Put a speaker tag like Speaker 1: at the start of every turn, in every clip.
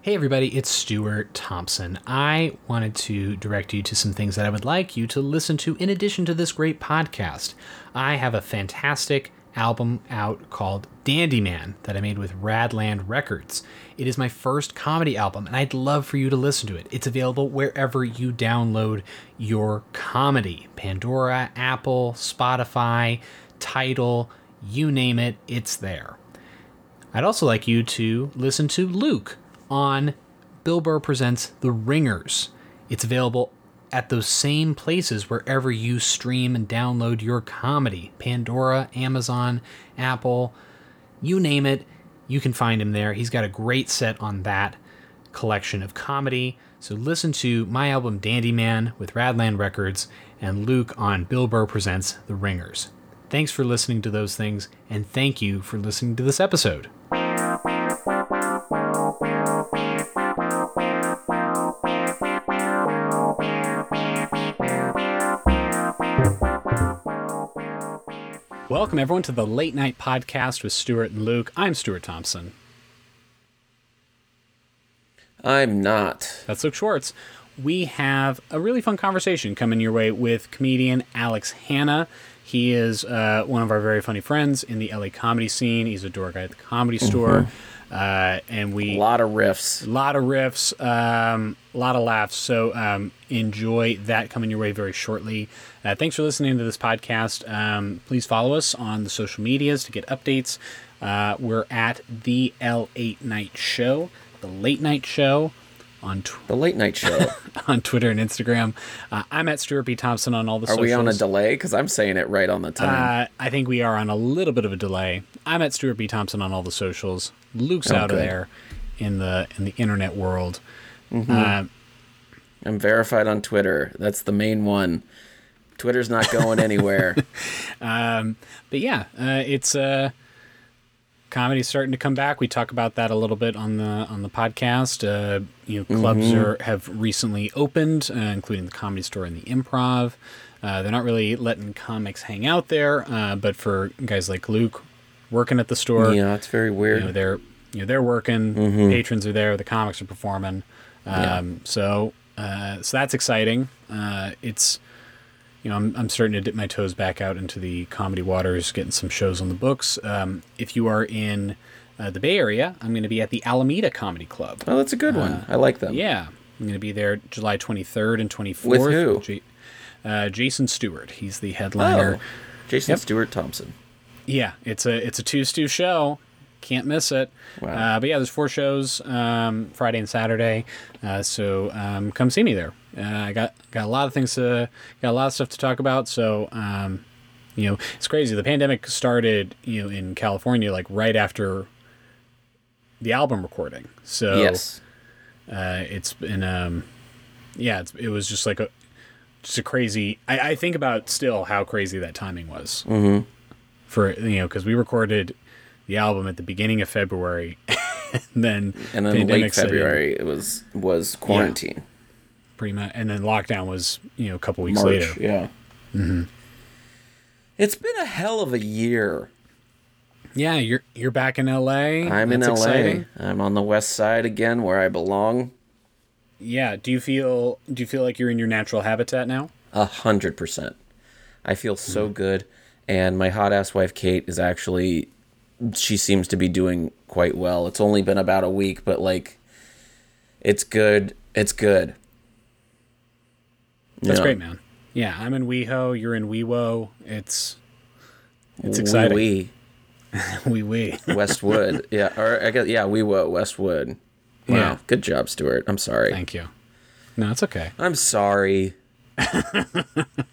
Speaker 1: Hey, everybody, it's Stuart Thompson. I wanted to direct you to some things that I would like you to listen to in addition to this great podcast. I have a fantastic album out called Dandy Man that I made with Radland Records. It is my first comedy album, and I'd love for you to listen to it. It's available wherever you download your comedy Pandora, Apple, Spotify, Tidal, you name it, it's there. I'd also like you to listen to Luke on Bill Burr Presents The Ringers. It's available at those same places wherever you stream and download your comedy Pandora, Amazon, Apple, you name it. You can find him there. He's got a great set on that collection of comedy. So listen to my album Dandy Man with Radland Records and Luke on Bill Burr Presents The Ringers. Thanks for listening to those things, and thank you for listening to this episode. Welcome, everyone, to the Late Night Podcast with Stuart and Luke. I'm Stuart Thompson.
Speaker 2: I'm not.
Speaker 1: That's Luke Schwartz. We have a really fun conversation coming your way with comedian Alex Hanna. He is uh, one of our very funny friends in the LA comedy scene. He's a door guy at the comedy store. Uh, and
Speaker 2: A
Speaker 1: we
Speaker 2: lot of riffs.
Speaker 1: a lot of riffs, um, a lot of laughs. So um, enjoy that coming your way very shortly. Uh, thanks for listening to this podcast. Um, please follow us on the social medias to get updates. Uh, we're at the L8 Night Show, the Late Night Show on tw-
Speaker 2: The late night show.
Speaker 1: on Twitter and Instagram. Uh, I'm at Stuart B. Thompson on all the
Speaker 2: Are
Speaker 1: socials.
Speaker 2: we on a delay? Because I'm saying it right on the time.
Speaker 1: Uh, I think we are on a little bit of a delay. I'm at Stuart B. Thompson on all the socials. Luke's out of
Speaker 2: Oh, good.
Speaker 1: there in the in the internet world.
Speaker 2: Mm-hmm.
Speaker 1: Uh,
Speaker 2: I'm verified on Twitter. That's the main one. Twitter's not going anywhere.
Speaker 1: but yeah, uh, it's uh, comedy's starting to come back. We talk about that a little bit on the on the podcast. Uh, you know, clubs are have recently opened, uh, including the Comedy Store and the Improv. Uh, they're not really letting comics hang out there, uh, but for guys like Luke working at the store,
Speaker 2: yeah, it's very
Speaker 1: you know
Speaker 2: weird.
Speaker 1: they're you know they're working
Speaker 2: Mm-hmm.
Speaker 1: patrons are there the comics are performing um, so uh, so that's exciting uh, it's you know I'm, I'm starting to dip my toes back out into the comedy waters getting some shows on the books um, if you are in uh, the bay area i'm going to be at the alameda comedy club
Speaker 2: Oh, that's a good one. I like them.
Speaker 1: Ah. yeah i'm going to be there july 23rd and 24th
Speaker 2: With who?
Speaker 1: J- uh, jason stewart he's the headliner
Speaker 2: Oh, Jason Stewart Thompson.
Speaker 1: yeah, it's a it's a Tuesday show. Can't miss it.
Speaker 2: Wow.
Speaker 1: Uh, but yeah, there's four shows um, Friday and Saturday. Uh, so um, come see me there. Uh, I got got a lot of things to got a lot of stuff to talk about. So um, you know, it's crazy. The pandemic started you know in California like right after the album recording. So
Speaker 2: Yes.
Speaker 1: uh, it's been um yeah it's, it was just like a just a crazy I, I think about still how crazy that timing was mm-hmm. for you know because we recorded the album at the beginning of february and then
Speaker 2: And then
Speaker 1: pandemic
Speaker 2: late
Speaker 1: set in,
Speaker 2: February, it was was quarantine.
Speaker 1: pretty much and then lockdown was you know a couple weeks
Speaker 2: March.
Speaker 1: later Mm-hmm.
Speaker 2: Yeah. It's been a hell of a year.
Speaker 1: yeah you're you're back in la
Speaker 2: I'm in
Speaker 1: That's
Speaker 2: LA.
Speaker 1: exciting.
Speaker 2: I'm on the west side again where I belong.
Speaker 1: yeah do you feel do you feel like you're in your natural habitat now
Speaker 2: A hundred percent. I feel
Speaker 1: Mm-hmm.
Speaker 2: so good, and my hot ass wife Kate is actually. She seems to be doing quite well. It's only been about a week, but like, it's good. It's good.
Speaker 1: that's
Speaker 2: Yeah.
Speaker 1: great man yeah i'm in weho you're in wewo it's it's exciting we we,
Speaker 2: Wee
Speaker 1: we.
Speaker 2: wee. Westwood. yeah, or I guess yeah, we were Westwood. Wow,
Speaker 1: Yeah.
Speaker 2: good job, Stuart. I'm sorry.
Speaker 1: Thank you. No, it's okay.
Speaker 2: I'm sorry.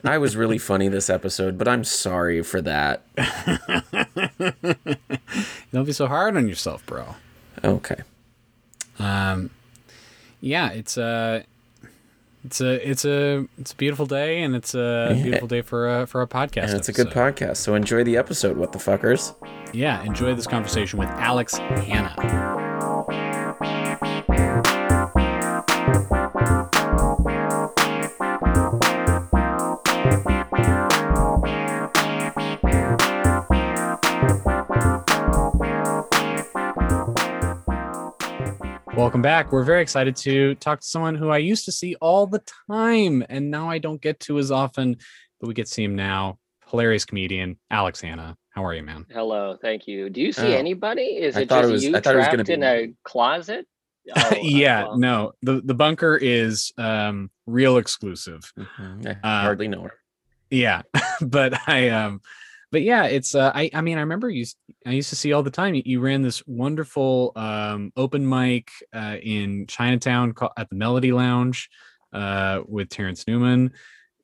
Speaker 2: I was really funny this episode, but I'm sorry for that.
Speaker 1: Don't be so hard on yourself, bro.
Speaker 2: Okay.
Speaker 1: Yeah, it's a, it's a, it's a, it's a beautiful day, and it's a beautiful day for a for a podcast.
Speaker 2: That's a good
Speaker 1: episode.
Speaker 2: podcast. So enjoy the episode, what the fuckers.
Speaker 1: Yeah, enjoy this conversation with Alex Hanna. Welcome Welcome back. We're very excited to talk to someone who I used to see all the time and now I don't get to as often, but we get to see him now. Hilarious comedian, Alex Hanna. How are you, man?
Speaker 3: Hello, thank you. Do you see
Speaker 2: Oh.
Speaker 3: anybody? Is
Speaker 2: I
Speaker 3: it
Speaker 2: thought it
Speaker 3: just
Speaker 2: was-
Speaker 3: you
Speaker 2: I thought it was
Speaker 3: trapped
Speaker 2: gonna be
Speaker 3: in
Speaker 2: me.
Speaker 3: a closet? Oh, uh,
Speaker 1: yeah,
Speaker 3: well,
Speaker 1: no. The the bunker is um real exclusive.
Speaker 2: Mhm. I
Speaker 1: Uh,
Speaker 2: hardly know her.
Speaker 1: Yeah. but I um but yeah, it's uh, I I mean I remember you s- I used to see all the time. You, you ran this wonderful um open mic uh in Chinatown ca- at the Melody Lounge uh with Terrence Newman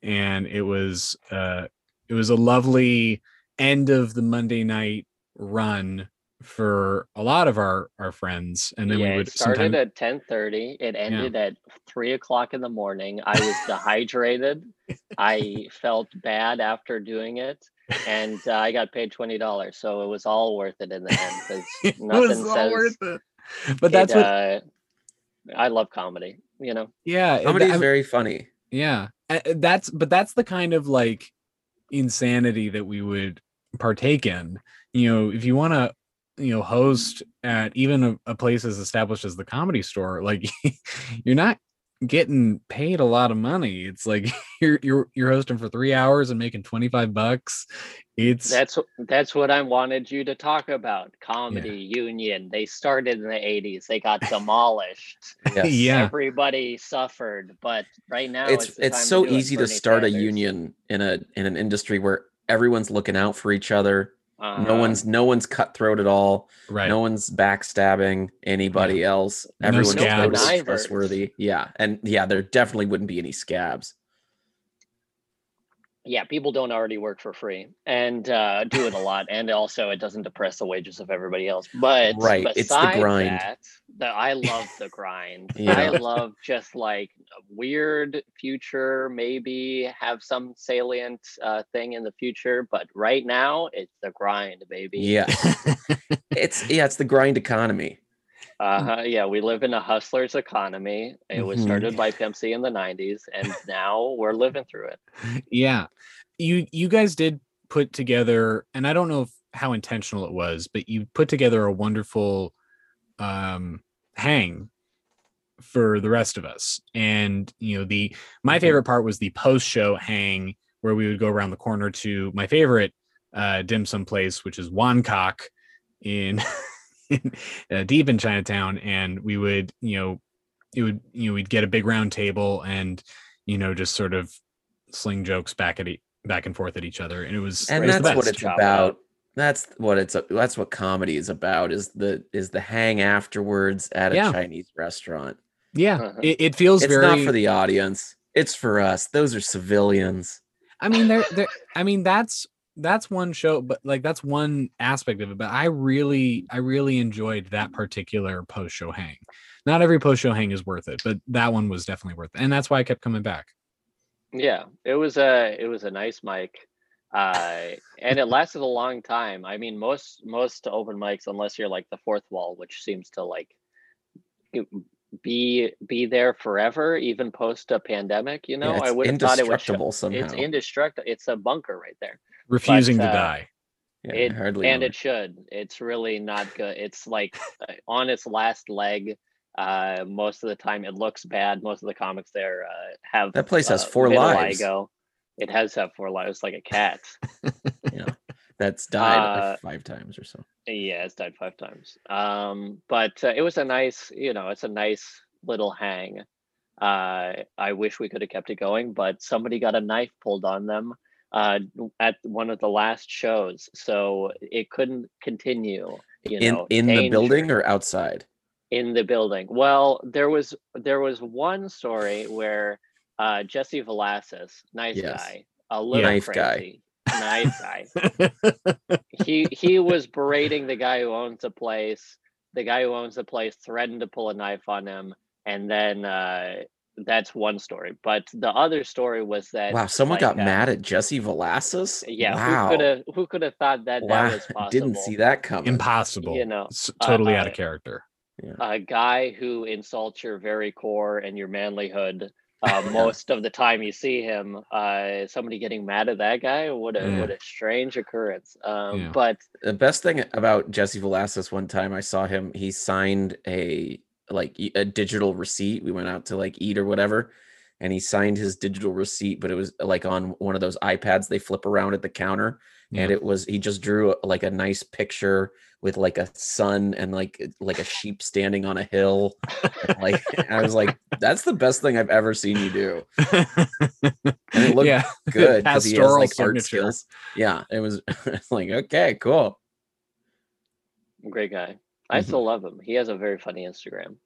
Speaker 1: and it was uh it was a lovely end of the Monday night run for a lot of our our friends and then
Speaker 3: yeah,
Speaker 1: we would
Speaker 3: it started
Speaker 1: sometimes
Speaker 3: at ten thirty. It ended at three o'clock in the morning. I was dehydrated. I felt bad after doing it, and uh, I got paid twenty dollars, so it was all worth it in the end because nothing says
Speaker 1: it. But that's
Speaker 3: it,
Speaker 1: what
Speaker 3: uh, I love comedy. You know,
Speaker 1: yeah, it-
Speaker 2: Comedy's
Speaker 1: I-
Speaker 2: very funny.
Speaker 1: Yeah. A- a- That's but that's the kind of like insanity that we would partake in. You know, if you want to, you know, host at even a, a place as established as the comedy store, like you're not getting paid a lot of money. It's like you're you're you're hosting for 3 hours and making 25 bucks. It's
Speaker 3: that's that's what I wanted you to talk about. Comedy Union. They started in the '80s. They got demolished.
Speaker 2: Yes.
Speaker 1: yeah.
Speaker 3: Everybody suffered, but right now
Speaker 2: it's
Speaker 3: the time
Speaker 2: it's so
Speaker 3: do it
Speaker 2: easy
Speaker 3: for
Speaker 2: to
Speaker 3: Bernie
Speaker 2: start a
Speaker 3: Sanders.
Speaker 2: union in a in an industry where everyone's looking out for each other.
Speaker 3: Uh-huh.
Speaker 2: no one's no one's cutthroat at all.
Speaker 1: Right.
Speaker 2: No one's backstabbing anybody else.
Speaker 1: No
Speaker 2: Everyone's
Speaker 1: scabs.
Speaker 2: totally
Speaker 3: Connivers.
Speaker 2: trustworthy. Yeah, and yeah, there definitely wouldn't be any scabs.
Speaker 3: yeah, people don't already work for free and uh, do it a lot, and also it doesn't depress the wages of everybody else. But
Speaker 2: Right, it's the
Speaker 3: besides
Speaker 2: grind.
Speaker 3: That, the, I love the grind. I
Speaker 2: Yeah.
Speaker 3: love just like a weird future, maybe have some salient uh, thing in the future, but right now it's the grind, baby.
Speaker 2: Yeah, it's yeah, it's the grind economy. Mm.
Speaker 3: Uh-huh, yeah, we live in a hustler's economy. It was
Speaker 2: Mhm.
Speaker 3: started by Pimp C in the 90s, and now we're living through it.
Speaker 1: yeah you you guys did put together and i don't know if, how intentional it was but you put together a wonderful um hang for the rest of us and you know the my
Speaker 2: Mhm.
Speaker 1: favorite part was the post show hang where we would go around the corner to my favorite uh dim sum place which is wancock in uh, deep in chinatown and we would you know it would you know we'd get a big round table and you know just sort of sling jokes back at e- back and forth at each other and it was
Speaker 2: and
Speaker 1: it was the
Speaker 2: that's what
Speaker 1: best.
Speaker 2: it's
Speaker 3: Job
Speaker 2: about. That's what it's that's what comedy is about. Is the is the hang afterwards at a
Speaker 1: Yeah.
Speaker 2: Chinese restaurant.
Speaker 1: yeah
Speaker 3: Uh-huh.
Speaker 1: it, it feels
Speaker 2: It's
Speaker 1: very
Speaker 2: not for the audience. It's for us. Those are civilians.
Speaker 1: I mean, there, there. I mean, that's that's one show, but like that's one aspect of it. But I really, I really enjoyed that particular post show hang. Not every post show hang is worth it, but that one was definitely worth it, and that's why I kept coming back.
Speaker 3: Yeah, it was a it was a nice mic, uh, and it lasted a long time. I mean, most most open mics, unless you're like the fourth wall, which seems to like it- be be there forever, even post a pandemic. You know,
Speaker 2: yeah, it's
Speaker 3: I would have thought it would. Show,
Speaker 2: indestructible somehow.
Speaker 3: it's indestructible. It's a bunker right there,
Speaker 1: Refusing
Speaker 3: uh,
Speaker 1: to die.
Speaker 2: Yeah,
Speaker 3: it-
Speaker 2: hardly
Speaker 3: and
Speaker 2: know
Speaker 3: it should. It's really not good. It's like uh, on its last leg. Uh, most of the time, it looks bad. Most of the comics there uh, have
Speaker 2: That place has
Speaker 3: uh,
Speaker 2: four lives.
Speaker 3: vitiligo. It has had four lives, like a cat.
Speaker 2: That's died like
Speaker 3: uh,
Speaker 2: five times or so.
Speaker 3: yeah, it's died five times. Um, but uh, it was a nice, you know, it's a nice little hang. Uh, I wish we could have kept it going, but somebody got a knife pulled on them uh, at one of the last shows, so it couldn't continue. You
Speaker 2: in
Speaker 3: know,
Speaker 2: in the
Speaker 3: danger
Speaker 2: building or outside?
Speaker 3: in the building. Well, there was there was one story where uh, Jesse Velasquez, nice
Speaker 2: Yes.
Speaker 3: guy, a little
Speaker 2: Knife guy.
Speaker 3: crazy, nice guy. he he was berating the guy who owns the place. The guy who owns the place threatened to pull a knife on him, and then uh, that's one story. But the other story was that
Speaker 2: Wow, someone
Speaker 3: like,
Speaker 2: got
Speaker 3: uh,
Speaker 2: mad at Jesse Velasquez.
Speaker 3: Yeah,
Speaker 2: wow,
Speaker 3: who could have who could have thought that
Speaker 2: wow.
Speaker 3: that was possible?
Speaker 2: didn't see that coming.
Speaker 1: Impossible.
Speaker 3: You know,
Speaker 1: S- totally
Speaker 3: uh,
Speaker 1: out of character.
Speaker 3: a guy who insults your very core and your manlyhood uh, most of the time you see him uh, somebody getting mad at that guy what a
Speaker 1: Yeah.
Speaker 3: what a strange occurrence um,
Speaker 1: Yeah.
Speaker 3: but
Speaker 2: the best thing about Jesse Velasquez one time I saw him, he signed a like e- a digital receipt. We went out to like eat or whatever, and he signed his digital receipt, but it was like on one of those iPads they flip around at the counter,
Speaker 1: Yeah.
Speaker 2: and it was he just drew like a nice picture with like a sun and like like a sheep standing on a hill. and, like I was like, that's the best thing I've ever seen you do, and it looked
Speaker 1: yeah.
Speaker 2: good because he has
Speaker 1: Pastoral
Speaker 2: like art
Speaker 1: signature.
Speaker 2: skills. Yeah, it was like okay, cool.
Speaker 3: great guy. I
Speaker 2: Mhm.
Speaker 3: still love him. He has a very funny Instagram.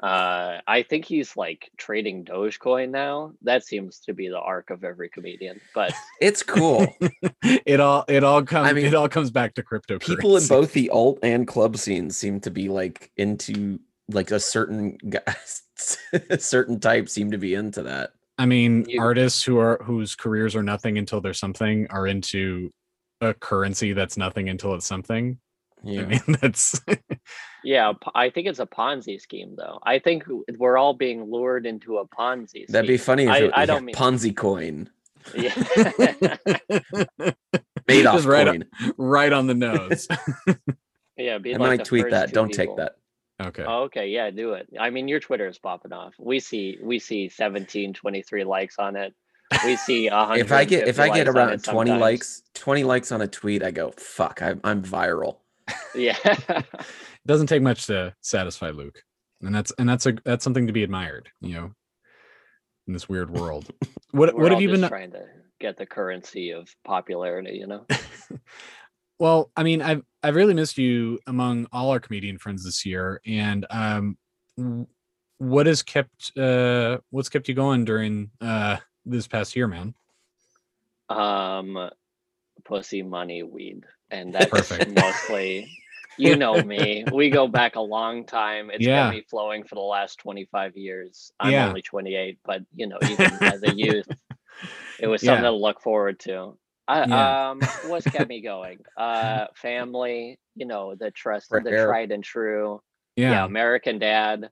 Speaker 3: Uh, I think he's like trading Dogecoin now. That seems to be the arc of every comedian. But
Speaker 2: It's cool.
Speaker 1: It all it all comes
Speaker 2: mean,
Speaker 1: it all comes back to crypto.
Speaker 2: people in both the alt and club scenes seem to be like into like a certain guy, a certain type seem to be into that.
Speaker 1: I mean,
Speaker 3: You-
Speaker 1: artists who are whose careers are nothing until they're something are into a currency that's nothing until it's something. I
Speaker 2: Yeah.
Speaker 1: mean, that's
Speaker 3: yeah, p- I think it's a Ponzi scheme, though. I think w- we're all being lured into a Ponzi scheme.
Speaker 2: That'd be funny if
Speaker 3: I-
Speaker 2: it was
Speaker 3: I
Speaker 2: a
Speaker 3: don't mean-
Speaker 2: Ponzi coin.
Speaker 3: yeah.
Speaker 2: Made off
Speaker 1: Just right up-
Speaker 2: coin.
Speaker 1: right on the nose.
Speaker 3: yeah, be
Speaker 2: I
Speaker 3: like
Speaker 2: might
Speaker 3: the
Speaker 2: tweet
Speaker 3: first
Speaker 2: that.
Speaker 3: two
Speaker 2: Don't take
Speaker 3: people.
Speaker 2: that.
Speaker 1: Okay.
Speaker 3: Oh, okay, yeah, do it. I mean, your Twitter is popping off. We see we see 17, 23 likes on it. We see a
Speaker 2: If I get if I get around 20
Speaker 3: sometimes.
Speaker 2: likes, 20 likes on a tweet, I go, fuck, I'm I'm viral.
Speaker 3: Yeah.
Speaker 1: It doesn't take much to satisfy Luke. And that's and that's a that's something to be admired, you know, in this weird world. What
Speaker 3: We're
Speaker 1: what
Speaker 3: all
Speaker 1: have you
Speaker 3: just
Speaker 1: been
Speaker 3: trying to get the currency of popularity? You know,
Speaker 1: Well, I mean, I've I've really missed you among all our comedian friends this year, and um, w- what has kept uh, what's kept you going during uh this past year, man?
Speaker 3: um, pussy, money, weed, and that's
Speaker 1: Perfect.
Speaker 3: mostly. You know me. We go back a long time. It's
Speaker 1: Yeah.
Speaker 3: been me flowing for the last 25 years. I'm
Speaker 1: Yeah.
Speaker 3: only 28, but you know, even as a youth, it was something
Speaker 1: Yeah.
Speaker 3: to look forward to. I,
Speaker 1: Yeah.
Speaker 3: Um, what's kept me going? Uh, family. You know, the trust, the
Speaker 2: Prayer.
Speaker 3: tried and true.
Speaker 1: Yeah,
Speaker 3: Yeah, American Dad.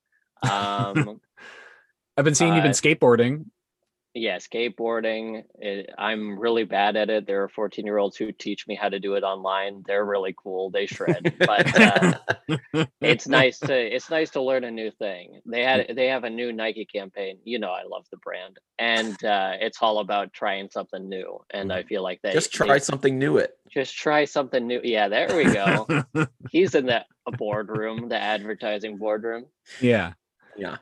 Speaker 3: Um,
Speaker 1: I've been seeing you've been
Speaker 3: uh,
Speaker 1: skateboarding.
Speaker 3: yeah skateboarding it, i'm really bad at it there are 14 year olds who teach me how to do it online they're really cool they shred but uh, it's nice to it's nice to learn a new thing they had they have a new nike campaign you know i love the brand and uh, it's all about trying something new and i feel like that
Speaker 2: Mm-hmm. Just try something new it.
Speaker 3: just try something new yeah there we go he's in the boardroom the advertising boardroom
Speaker 1: yeah,
Speaker 2: Yeah.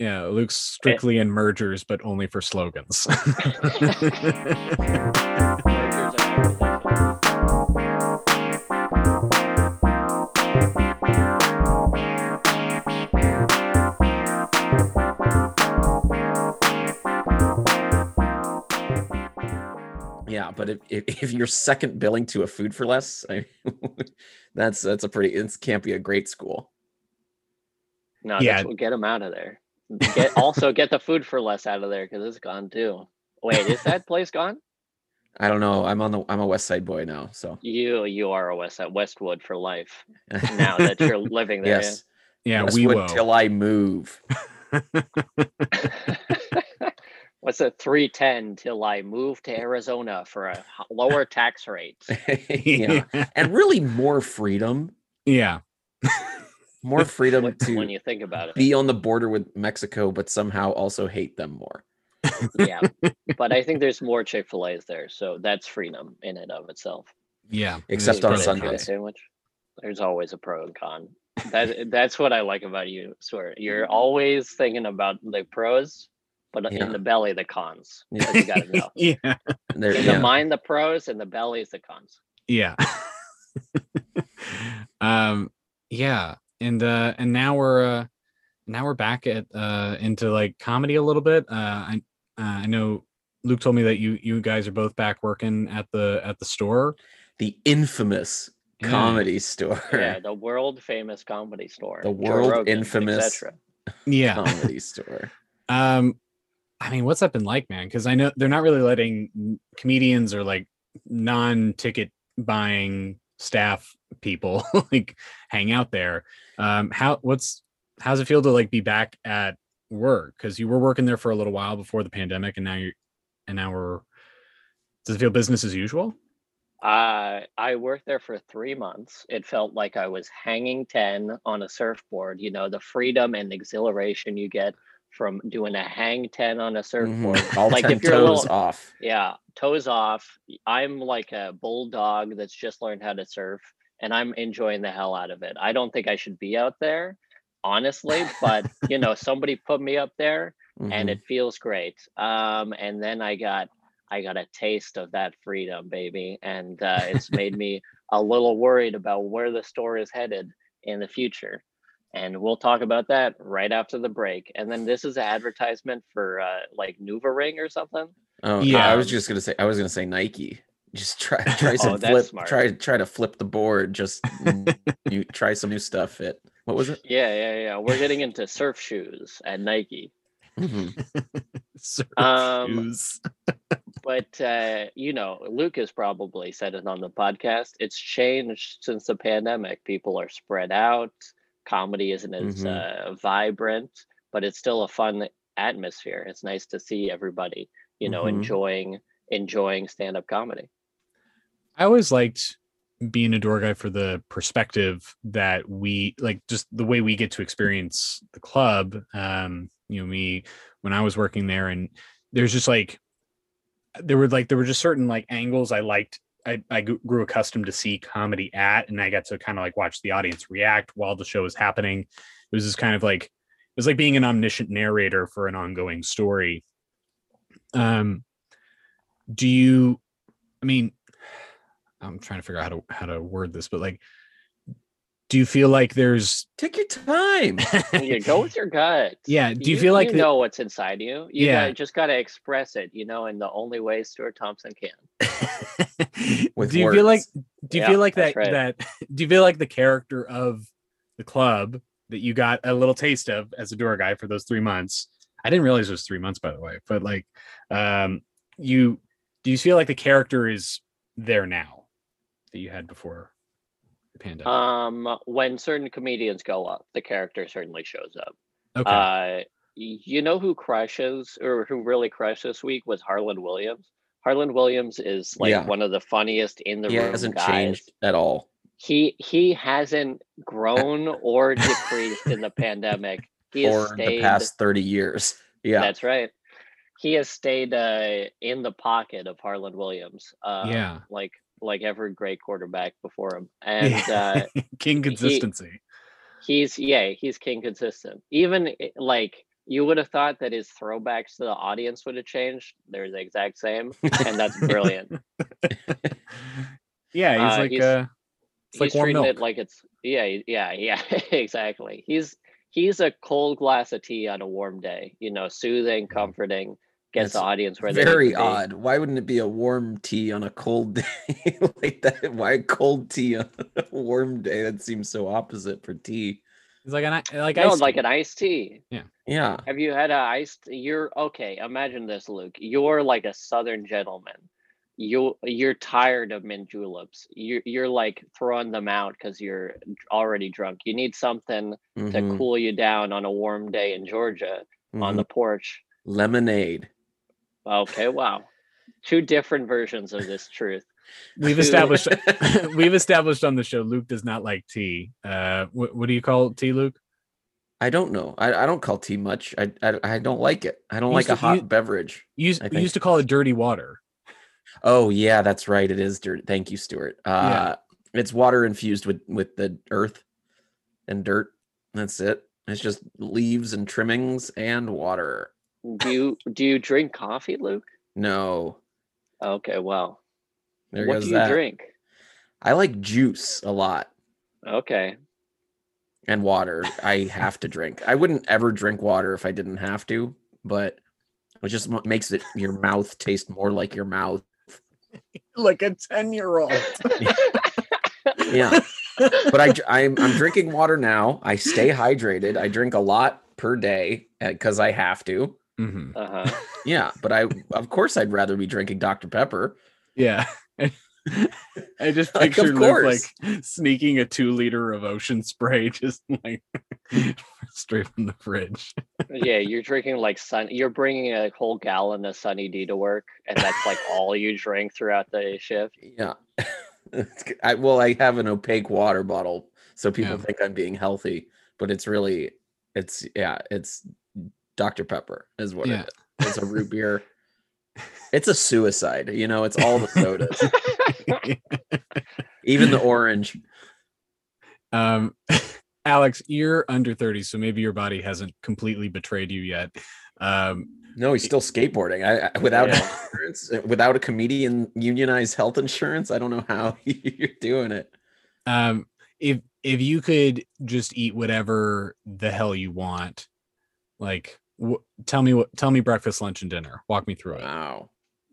Speaker 1: yeah. Luke's strictly in mergers, but only for slogans.
Speaker 3: Mergers and acquisitions.
Speaker 2: Yeah, but if, if if you're second billing to a food for less, I that's that's a pretty it can't be a great school.
Speaker 3: No,
Speaker 1: Yeah.
Speaker 3: that's what, get them out of there. Get also get the food for less out of there because it's gone too. Wait, is that place gone?
Speaker 2: I don't know. I'm on the I'm a West Side boy now, so
Speaker 3: You you are a West Westwood for life now that you're living there.
Speaker 2: yes.
Speaker 1: yeah, we
Speaker 2: Westwood
Speaker 1: will.
Speaker 2: till I move.
Speaker 3: yeah. What's a three ten till I move to Arizona for a h- lower tax rate?
Speaker 2: yeah, and really more freedom,
Speaker 1: yeah,
Speaker 2: more freedom
Speaker 3: When, when
Speaker 2: to
Speaker 3: you think about it,
Speaker 2: be on the border with Mexico, but somehow also hate them more.
Speaker 3: yeah. But I think there's more Chick Fil A's there, so that's freedom in and of itself.
Speaker 1: yeah.
Speaker 2: Except
Speaker 1: There's
Speaker 2: on
Speaker 1: pros and
Speaker 2: Sunday.
Speaker 1: cons.
Speaker 3: Sandwich. There's always a pro and con. That that's what I like about you, swear. You're always thinking about the pros, but
Speaker 2: Yeah.
Speaker 3: in the belly the cons.
Speaker 2: Yeah.
Speaker 3: That's what You gotta know.
Speaker 1: Yeah,
Speaker 2: There,
Speaker 3: In the
Speaker 2: yeah.
Speaker 3: mind the pros, and the belly is the cons.
Speaker 1: yeah um yeah and uh and now we're uh now we're back at uh into like comedy a little bit uh i uh, i know luke told me that you you guys are both back working at the at the store
Speaker 2: The infamous
Speaker 1: Yeah.
Speaker 2: comedy store,
Speaker 3: Mm. Yeah, the world famous comedy store.
Speaker 2: The
Speaker 3: Joe
Speaker 2: world
Speaker 3: Rogan, et
Speaker 2: infamous-
Speaker 3: cetera.
Speaker 1: yeah
Speaker 2: comedy store.
Speaker 1: um i mean what's that been like man because i know they're not really letting n- comedians or like non-ticket buying staff people like hang out there um how what's how's it feel to like be back at work because you were working there for a little while before the pandemic and now you're and now we're does it feel business as usual
Speaker 3: Uh, I worked there for three months. It felt like I was hanging 10 on a surfboard. You know, the freedom and exhilaration you get from doing a hang 10 on a surfboard.
Speaker 2: Mm-hmm. All
Speaker 3: Like,
Speaker 2: 10
Speaker 3: if you're a
Speaker 2: toes
Speaker 3: little-
Speaker 2: off.
Speaker 3: Yeah, toes off. I'm like a bulldog that's just learned how to surf and I'm enjoying the hell out of it. I don't think I should be out there, honestly, but you know, somebody put me up there
Speaker 2: Mhm.
Speaker 3: and it feels great. Um, and then I got I got a taste of that freedom, baby, and uh, it's made me a little worried about where the store is headed in the future. And we'll talk about that right after the break. And then this is an advertisement for uh, like Nuva Ring or something.
Speaker 2: Oh, yeah,
Speaker 4: Yeah.
Speaker 2: I was just gonna say. I was gonna say Nike. Just try try
Speaker 1: Oh,
Speaker 2: some
Speaker 3: that's
Speaker 2: flip.
Speaker 3: smart.
Speaker 2: Try try to flip the board. Just you try some new stuff. It. What was it?
Speaker 3: Yeah, yeah, yeah. We're getting into surf shoes at Nike.
Speaker 2: Mhm.
Speaker 4: Surf
Speaker 3: Um,
Speaker 4: shoes.
Speaker 3: But uh, you know, Lucas probably said it on the podcast. It's changed since the pandemic. People are spread out. Comedy isn't as
Speaker 1: Mm-hmm.
Speaker 3: uh, vibrant, but it's still a fun atmosphere. It's nice to see everybody, you know,
Speaker 2: Mhm.
Speaker 1: Mm-hmm.
Speaker 3: enjoying enjoying stand-up comedy.
Speaker 1: I always liked being a door guy for the perspective that we like just the way we get to experience the club. Um, you know, me when I was working there and there's just like there were like there were just certain like angles I liked I, I gr- grew accustomed to see comedy at and I got to kind of like watch the audience react while the show was happening. It was just kind of like it was like being an omniscient narrator for an ongoing story. Um do you I mean I'm trying to figure out how to how to word this, but like, do you feel like there's
Speaker 2: Take your time.
Speaker 3: You go with your gut.
Speaker 1: Yeah, do you feel like
Speaker 3: you
Speaker 1: the-
Speaker 3: know what's inside you? You
Speaker 1: Yeah.
Speaker 3: gotta, just got to express it, you know, in the only way Stuart Thompson can.
Speaker 2: With
Speaker 1: do you feel like
Speaker 2: words.
Speaker 1: do you
Speaker 3: Yeah,
Speaker 1: feel like
Speaker 3: that's
Speaker 1: that
Speaker 3: right.
Speaker 1: that do you feel like the character of the club that you got a little taste of as a door guy for those three months? I didn't realize it was three months, by the way, but like, um, you do you feel like the character is there now that you had before the pandemic?
Speaker 3: Um, when certain comedians go up, the character certainly shows up.
Speaker 1: okay,
Speaker 3: Uh, y- you know who crushes or who really crushed this week was Harlan Williams. Harlan Williams is like
Speaker 2: Yeah.
Speaker 3: one of the funniest in the
Speaker 2: He
Speaker 3: room.
Speaker 2: hasn't
Speaker 3: guys.
Speaker 2: changed at all.
Speaker 3: He he hasn't grown or decreased in the pandemic. He has
Speaker 2: for
Speaker 3: stayed.
Speaker 2: the past 30 years. Yeah.
Speaker 3: That's right. He has stayed uh, in the pocket of Harlan Williams. Uh,
Speaker 4: yeah.
Speaker 3: Like like every great quarterback before him, and uh,
Speaker 1: king consistency.
Speaker 3: he's yeah he's king consistent even i- like you would have thought that his throwbacks to the audience would have changed they're the exact same and that's brilliant
Speaker 1: yeah, he's
Speaker 3: uh,
Speaker 1: like
Speaker 3: he's-
Speaker 1: uh, it's like
Speaker 3: he's
Speaker 1: warm
Speaker 3: treating
Speaker 1: milk.
Speaker 3: it like it's yeah yeah yeah exactly he's he's a cold glass of tea on a warm day you know soothing comforting gets the
Speaker 2: That's
Speaker 3: audience where they need
Speaker 2: Very
Speaker 3: to be.
Speaker 2: odd. Why wouldn't it be a warm tea on a cold day like that? Why cold tea on a warm day? That seems so opposite for tea.
Speaker 4: It's like an i- like
Speaker 3: no,
Speaker 4: ice
Speaker 3: like
Speaker 4: cream.
Speaker 3: an iced tea
Speaker 2: Yeah.
Speaker 3: Have you had a iced? You're okay. Imagine this, Luke. You're like a Southern gentleman. You you're tired of mint juleps. You're you're like throwing them out because you're already drunk. You need something to
Speaker 2: Mhm,
Speaker 3: cool you down on a warm day in Georgia on
Speaker 2: mhm.
Speaker 3: the porch.
Speaker 2: lemonade.
Speaker 3: Okay, wow. Two different versions of this truth.
Speaker 1: We've
Speaker 3: Dude.
Speaker 1: established we've established on the show Luke does not like tea. Uh, what, what do you call tea, Luke?
Speaker 2: I don't know. I, I don't call tea much. I, I I don't like it. I don't
Speaker 1: You
Speaker 2: like a
Speaker 1: used to-
Speaker 2: hot
Speaker 1: you-
Speaker 2: beverage.
Speaker 1: You used,
Speaker 2: I
Speaker 1: you
Speaker 2: think-
Speaker 1: used to call it dirty water.
Speaker 2: Oh yeah, that's right. It is dirt. Thank you, Stuart. Uh it's water infused with with the earth and dirt. That's it. It's just leaves and trimmings and water.
Speaker 3: Do you do you drink coffee, Luke?
Speaker 2: No.
Speaker 3: Okay, wow.
Speaker 2: There
Speaker 3: what
Speaker 2: goes
Speaker 3: do you
Speaker 2: that.
Speaker 3: drink?
Speaker 2: I like juice a lot
Speaker 3: Okay.
Speaker 2: and water. I have to drink. I wouldn't ever drink water if I didn't have to, but it just mo- makes it your mouth taste more like your mouth.
Speaker 1: Like a ten year old.
Speaker 2: Yeah. but I dr- I'm I'm drinking water now. I stay hydrated. I drink a lot per day because I have to.
Speaker 1: hmm
Speaker 3: Uh-huh.
Speaker 2: Yeah, but I of course I'd rather be drinking Dr Pepper.
Speaker 1: Yeah. I just
Speaker 2: Like, of
Speaker 1: picture Luke
Speaker 2: course.
Speaker 1: like sneaking a two liter of ocean spray just like straight from the fridge.
Speaker 3: yeah, you're drinking like sun. You're bringing a whole gallon of Sunny D to work, and that's like all you drink throughout the shift.
Speaker 2: Yeah. I, well, I have an opaque water bottle, so people
Speaker 1: Yeah.
Speaker 2: think I'm being healthy, but it's really, it's yeah, it's Dr Pepper is what
Speaker 1: Yeah.
Speaker 2: it is. It's a root beer. It's a suicide, you know. It's all the sodas, even the orange.
Speaker 1: Um, Alex, you're under 30, so maybe your body hasn't completely betrayed you yet. Um,
Speaker 2: No, he's still skateboarding. I, I without
Speaker 3: Yeah.
Speaker 2: health insurance, uh, without a comedian unionized health insurance. I don't know how you're doing it.
Speaker 1: um, if if you could just eat whatever the hell you want, like wh- tell me what tell me breakfast, lunch, and dinner. Walk me through it.
Speaker 2: Wow,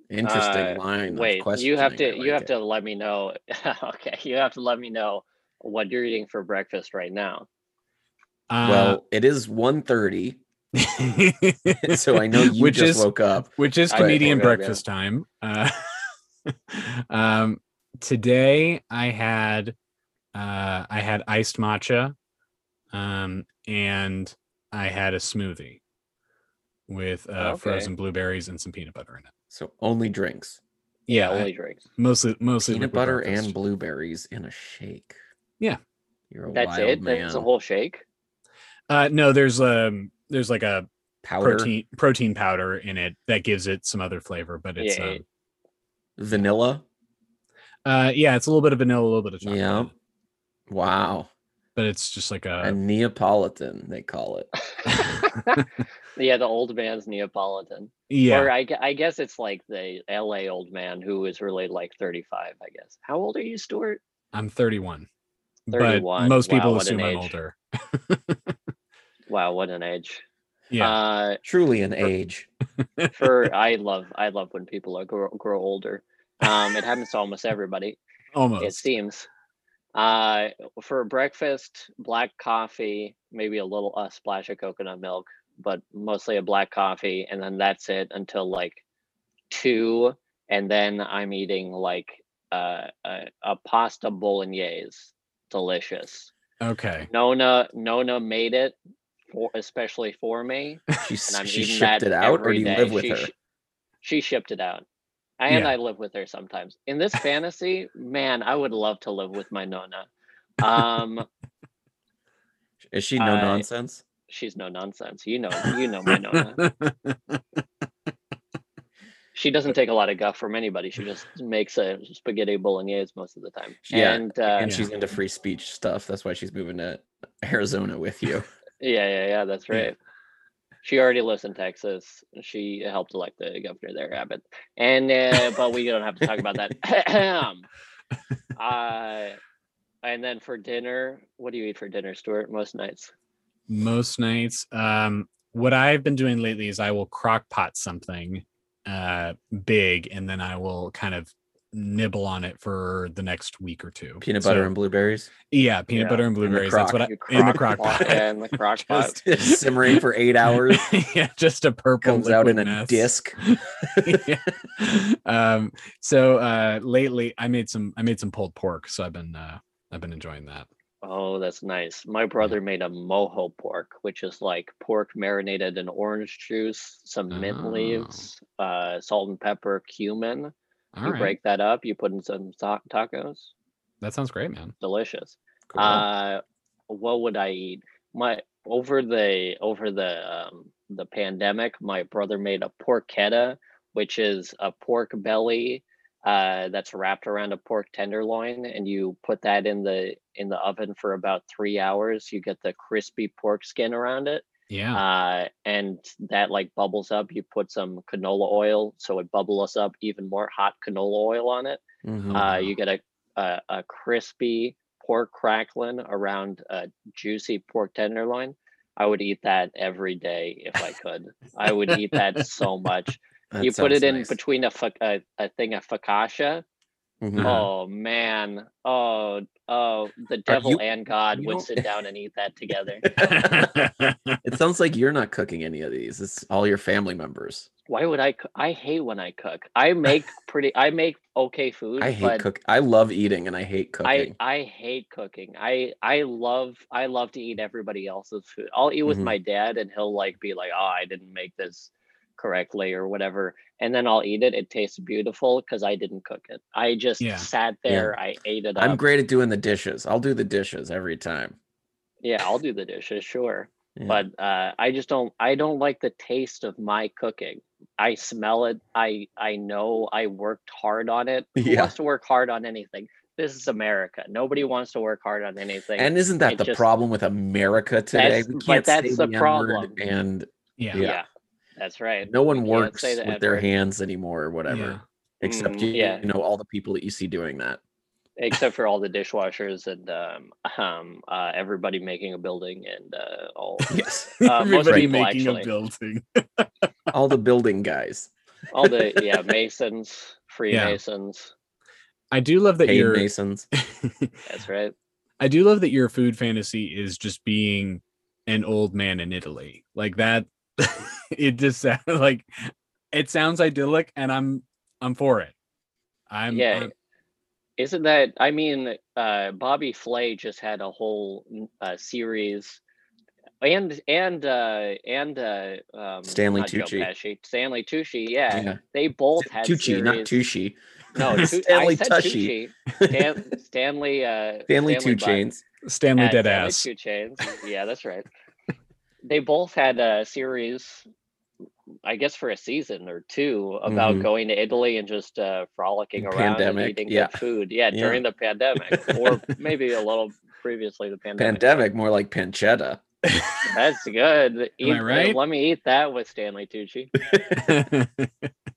Speaker 2: interesting line. of
Speaker 3: Uh, Wait, you have to
Speaker 2: questioning. I
Speaker 3: you
Speaker 2: like
Speaker 3: have
Speaker 2: it.
Speaker 3: to let me know. okay, you have to let me know what you're eating for breakfast right now.
Speaker 1: Uh,
Speaker 2: Well, it is 1.30,
Speaker 1: well,
Speaker 2: so I know you
Speaker 1: Which
Speaker 2: just
Speaker 1: is-
Speaker 2: woke up.
Speaker 1: which is
Speaker 3: I-
Speaker 1: comedian
Speaker 2: yeah.
Speaker 1: breakfast time. Uh, um, today I had uh, I had iced matcha, um, and I had a smoothie with uh,
Speaker 3: Okay.
Speaker 1: frozen blueberries and some peanut butter in it.
Speaker 2: So only drinks,
Speaker 1: Yeah, I-
Speaker 3: Only drinks.
Speaker 1: mostly mostly
Speaker 2: peanut
Speaker 1: liquid
Speaker 2: butter
Speaker 1: breakfast.
Speaker 2: and blueberries in a shake.
Speaker 1: Yeah.
Speaker 2: you're a
Speaker 3: That's
Speaker 2: wild
Speaker 3: it.
Speaker 2: man.
Speaker 3: That's a whole shake.
Speaker 1: uh, no, there's um there's like a
Speaker 2: powder,
Speaker 1: protein protein powder in it that gives it some other flavor, but it's
Speaker 3: Yeah.
Speaker 1: yeah,
Speaker 2: vanilla.
Speaker 1: uh, yeah it's a little bit of vanilla, a little bit of chocolate,
Speaker 2: Yeah.
Speaker 1: in it,
Speaker 2: Wow,
Speaker 1: but it's just like a
Speaker 2: a Neapolitan they call it.
Speaker 3: yeah, the old man's Neapolitan.
Speaker 1: yeah.
Speaker 3: Or I, gue- I guess it's like the LA old man who is really like 35, I guess. How old are you, Stuart?
Speaker 1: I'm 31.
Speaker 3: 31.
Speaker 1: But most people
Speaker 3: Wow, what an
Speaker 1: assume I'm
Speaker 3: age.
Speaker 1: older.
Speaker 3: Wow, what an age.
Speaker 1: Yeah.
Speaker 3: Uh,
Speaker 2: Truly an age.
Speaker 3: for I love I love when people are grow, grow older. Um, it happens to almost everybody, it
Speaker 1: almost.
Speaker 3: seems. Uh, for breakfast, black coffee, maybe a little a splash of coconut milk, but mostly a black coffee, and then that's it until like two, and then I'm eating like uh, a, a pasta bolognese, delicious.
Speaker 1: Okay.
Speaker 3: Nona Nona made it for especially for me.
Speaker 2: She,
Speaker 3: and I'm
Speaker 2: she
Speaker 3: eating
Speaker 2: shipped
Speaker 3: that
Speaker 2: it out, or
Speaker 3: every
Speaker 2: do you
Speaker 3: day.
Speaker 2: live with
Speaker 3: she,
Speaker 2: her?
Speaker 3: sh- She shipped it out, and
Speaker 1: Yeah.
Speaker 3: I live with her sometimes. In this fantasy, man, I would love to live with my Nona. Um,
Speaker 2: Is she no
Speaker 3: I-
Speaker 2: nonsense?
Speaker 3: she's no nonsense. You know, you know my Nona. She doesn't take a lot of guff from anybody. She just makes a spaghetti bolognese most of the time.
Speaker 2: Yeah,
Speaker 3: and, uh,
Speaker 2: and she's into free speech stuff. That's why she's moving to Arizona with you.
Speaker 3: Yeah, yeah, yeah. That's
Speaker 1: Yeah.
Speaker 3: right. She already lives in Texas. She helped elect the governor there, Abbott. And uh, but we don't have to talk about that. uh, and then for dinner, what do you eat for dinner, Stuart? Most nights.
Speaker 1: most nights. Um, what I've been doing lately is I will crock pot something uh big and then I will kind of nibble on it for the next week or two.
Speaker 2: Peanut butter
Speaker 1: So-
Speaker 2: and blueberries
Speaker 1: yeah, peanut
Speaker 3: Yeah.
Speaker 1: butter and
Speaker 2: the
Speaker 1: blueberries.
Speaker 2: crock.
Speaker 1: That's what I
Speaker 3: You
Speaker 1: in the crock
Speaker 3: pot.
Speaker 1: pot.
Speaker 3: Yeah, in the crock pot.
Speaker 1: Just-
Speaker 2: simmering for eight hours.
Speaker 1: yeah, just a purple
Speaker 2: Comes out in
Speaker 1: liquid
Speaker 2: a
Speaker 1: mess.
Speaker 2: disc.
Speaker 1: Yeah. um so uh lately i made some i made some pulled pork so i've been uh i've been enjoying that
Speaker 3: Oh, that's nice. My brother made a mojo pork, which is like pork marinated in orange juice, some mint
Speaker 1: Oh.
Speaker 3: leaves, uh, salt and pepper, cumin.
Speaker 1: all
Speaker 3: you
Speaker 1: right
Speaker 3: break that up, you put in some ta- tacos.
Speaker 1: that sounds great man
Speaker 3: Delicious.
Speaker 2: Cool.
Speaker 3: Uh, what would I eat? My over the over the um, the pandemic, my brother made a porchetta, which is a pork belly uh, that's wrapped around a pork tenderloin, and you put that in the in the oven for about three hours. You get the crispy pork skin around it,
Speaker 1: yeah
Speaker 3: uh, and that like bubbles up. You put some canola oil, so it bubbles up even more hot canola oil on it.
Speaker 2: Mhm.
Speaker 3: Uh, you get a, a a crispy pork crackling around a juicy pork tenderloin. I would eat that every day if I could. I would eat that so much.
Speaker 2: That
Speaker 3: you put
Speaker 2: sounds
Speaker 3: it in
Speaker 2: nice.
Speaker 3: between a, fa- a a thing of focaccia.
Speaker 2: Mhm.
Speaker 1: Uh-huh.
Speaker 3: Oh man! Oh oh, the devil
Speaker 2: you-
Speaker 3: and God
Speaker 2: you
Speaker 3: would
Speaker 2: don't-
Speaker 3: sit down and eat that together.
Speaker 2: oh. it sounds like you're not cooking any of these. It's all your family members.
Speaker 3: Why would I? c- I hate when I cook. I make pretty. I make okay food.
Speaker 2: I hate
Speaker 3: but
Speaker 2: cook. I love eating, and I hate cooking.
Speaker 3: I I hate cooking. I I love I love to eat everybody else's food. I'll eat with
Speaker 2: Mhm.
Speaker 3: my dad and he'll like be like, "Oh, I didn't make this correctly or whatever and then i'll eat it it tastes beautiful because i didn't cook it i just
Speaker 1: Yeah.
Speaker 3: sat there i ate it
Speaker 2: I'm
Speaker 3: up.
Speaker 2: great at doing the dishes. I'll do the dishes every time.
Speaker 3: yeah i'll do the dishes sure
Speaker 2: Yeah.
Speaker 3: but uh, i just don't i don't like the taste of my cooking i smell it i i know i worked hard on it who
Speaker 2: Yeah.
Speaker 3: wants to work hard on anything this is america nobody wants to work hard on anything
Speaker 2: and isn't that
Speaker 3: it
Speaker 2: the
Speaker 3: just-
Speaker 2: problem with America today?
Speaker 3: That's- but that's the
Speaker 2: N-word
Speaker 3: problem.
Speaker 2: and
Speaker 1: yeah,
Speaker 2: yeah.
Speaker 3: that's right
Speaker 2: no one
Speaker 3: can't
Speaker 2: works
Speaker 3: say the
Speaker 2: with their
Speaker 3: N-word.
Speaker 2: hands anymore or whatever
Speaker 1: Yeah.
Speaker 2: except
Speaker 3: Mm,
Speaker 2: you,
Speaker 3: yeah.
Speaker 2: you know all the people that you see doing that
Speaker 3: except for all the dishwashers and um, um uh, everybody making a building and uh, all
Speaker 2: yes
Speaker 3: Uh, most
Speaker 1: everybody
Speaker 3: people,
Speaker 1: making
Speaker 3: actually.
Speaker 1: a building
Speaker 2: all the building guys
Speaker 3: all the yeah masons freemasons
Speaker 1: i do love that
Speaker 2: hay
Speaker 1: you're
Speaker 2: masons
Speaker 3: that's right
Speaker 1: I do love that your food fantasy is just being an old man in Italy. Like that it just sounds like it sounds idyllic and I'm I'm for it. I'm
Speaker 3: yeah
Speaker 1: I'm-
Speaker 3: isn't that i mean uh bobby flay just had a whole n- uh series and and uh and uh um
Speaker 2: Stanley
Speaker 3: not Joe
Speaker 2: Tucci.
Speaker 3: Pesci, stanley tucci yeah,
Speaker 2: yeah.
Speaker 3: they both had
Speaker 2: tucci not
Speaker 3: series-
Speaker 2: tucci
Speaker 3: no Tu-
Speaker 2: Stanley
Speaker 3: I said
Speaker 2: Tucci.
Speaker 3: Tucci. Stan, stanley uh
Speaker 2: stanley two
Speaker 3: Stanley Buck.
Speaker 2: chains
Speaker 1: Stanley
Speaker 3: at
Speaker 1: Dead
Speaker 3: Stanley
Speaker 1: Ass.
Speaker 3: Two Chains. Yeah, that's right. they both had a series, I guess, for a season or two about
Speaker 2: Mhm.
Speaker 3: going to Italy and just uh, frolicking
Speaker 2: The
Speaker 3: around and
Speaker 2: pandemic,
Speaker 3: eating
Speaker 2: yeah.
Speaker 3: good food. Yeah,
Speaker 2: Yeah.
Speaker 3: during the pandemic, or maybe a little previously the pandemic.
Speaker 2: pandemic more like pancetta
Speaker 3: That's good. Eat,
Speaker 1: I right?
Speaker 3: Let me eat that with Stanley Tucci.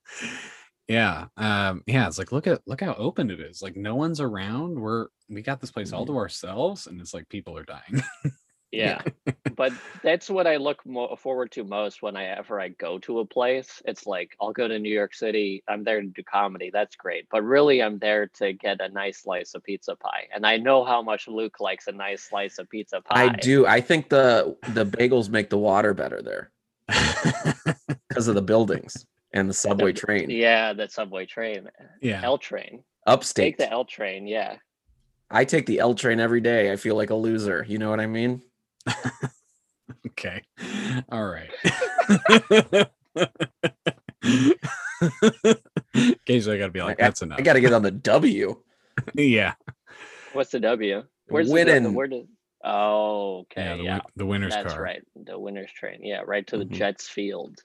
Speaker 1: yeah. Um yeah, it's like look at look how open it is. Like no one's around. We're we got this place all
Speaker 3: Mm-hmm.
Speaker 1: to ourselves and it's like people are dying.
Speaker 3: Yeah. but that's what I look mo- forward to most whenever I go to a place. It's like I'll go to New York City. I'm there to do comedy. That's great. But really, I'm there to get a nice slice of pizza pie. And I know how much Luke likes a nice slice of pizza pie.
Speaker 2: i do i think the the bagels make the water better there because of the buildings and the subway train
Speaker 3: Yeah, the subway train,
Speaker 1: yeah.
Speaker 3: L train.
Speaker 2: upstate
Speaker 3: Take the L train. Yeah.
Speaker 2: i take the l train every day i feel like a loser you know what i mean
Speaker 1: Okay. All right. Occasionally, I gotta be like,
Speaker 2: I-
Speaker 1: "That's enough."
Speaker 2: i gotta get on the w
Speaker 1: yeah,
Speaker 3: What's the W? Where's the
Speaker 2: Winning.
Speaker 3: W? Where does? Oh, okay.
Speaker 1: yeah,
Speaker 3: Yeah,
Speaker 1: the, win- the winner's
Speaker 3: that's
Speaker 1: car.
Speaker 3: right. The winner's train. Yeah, right to the
Speaker 2: Mhm.
Speaker 3: Jets field.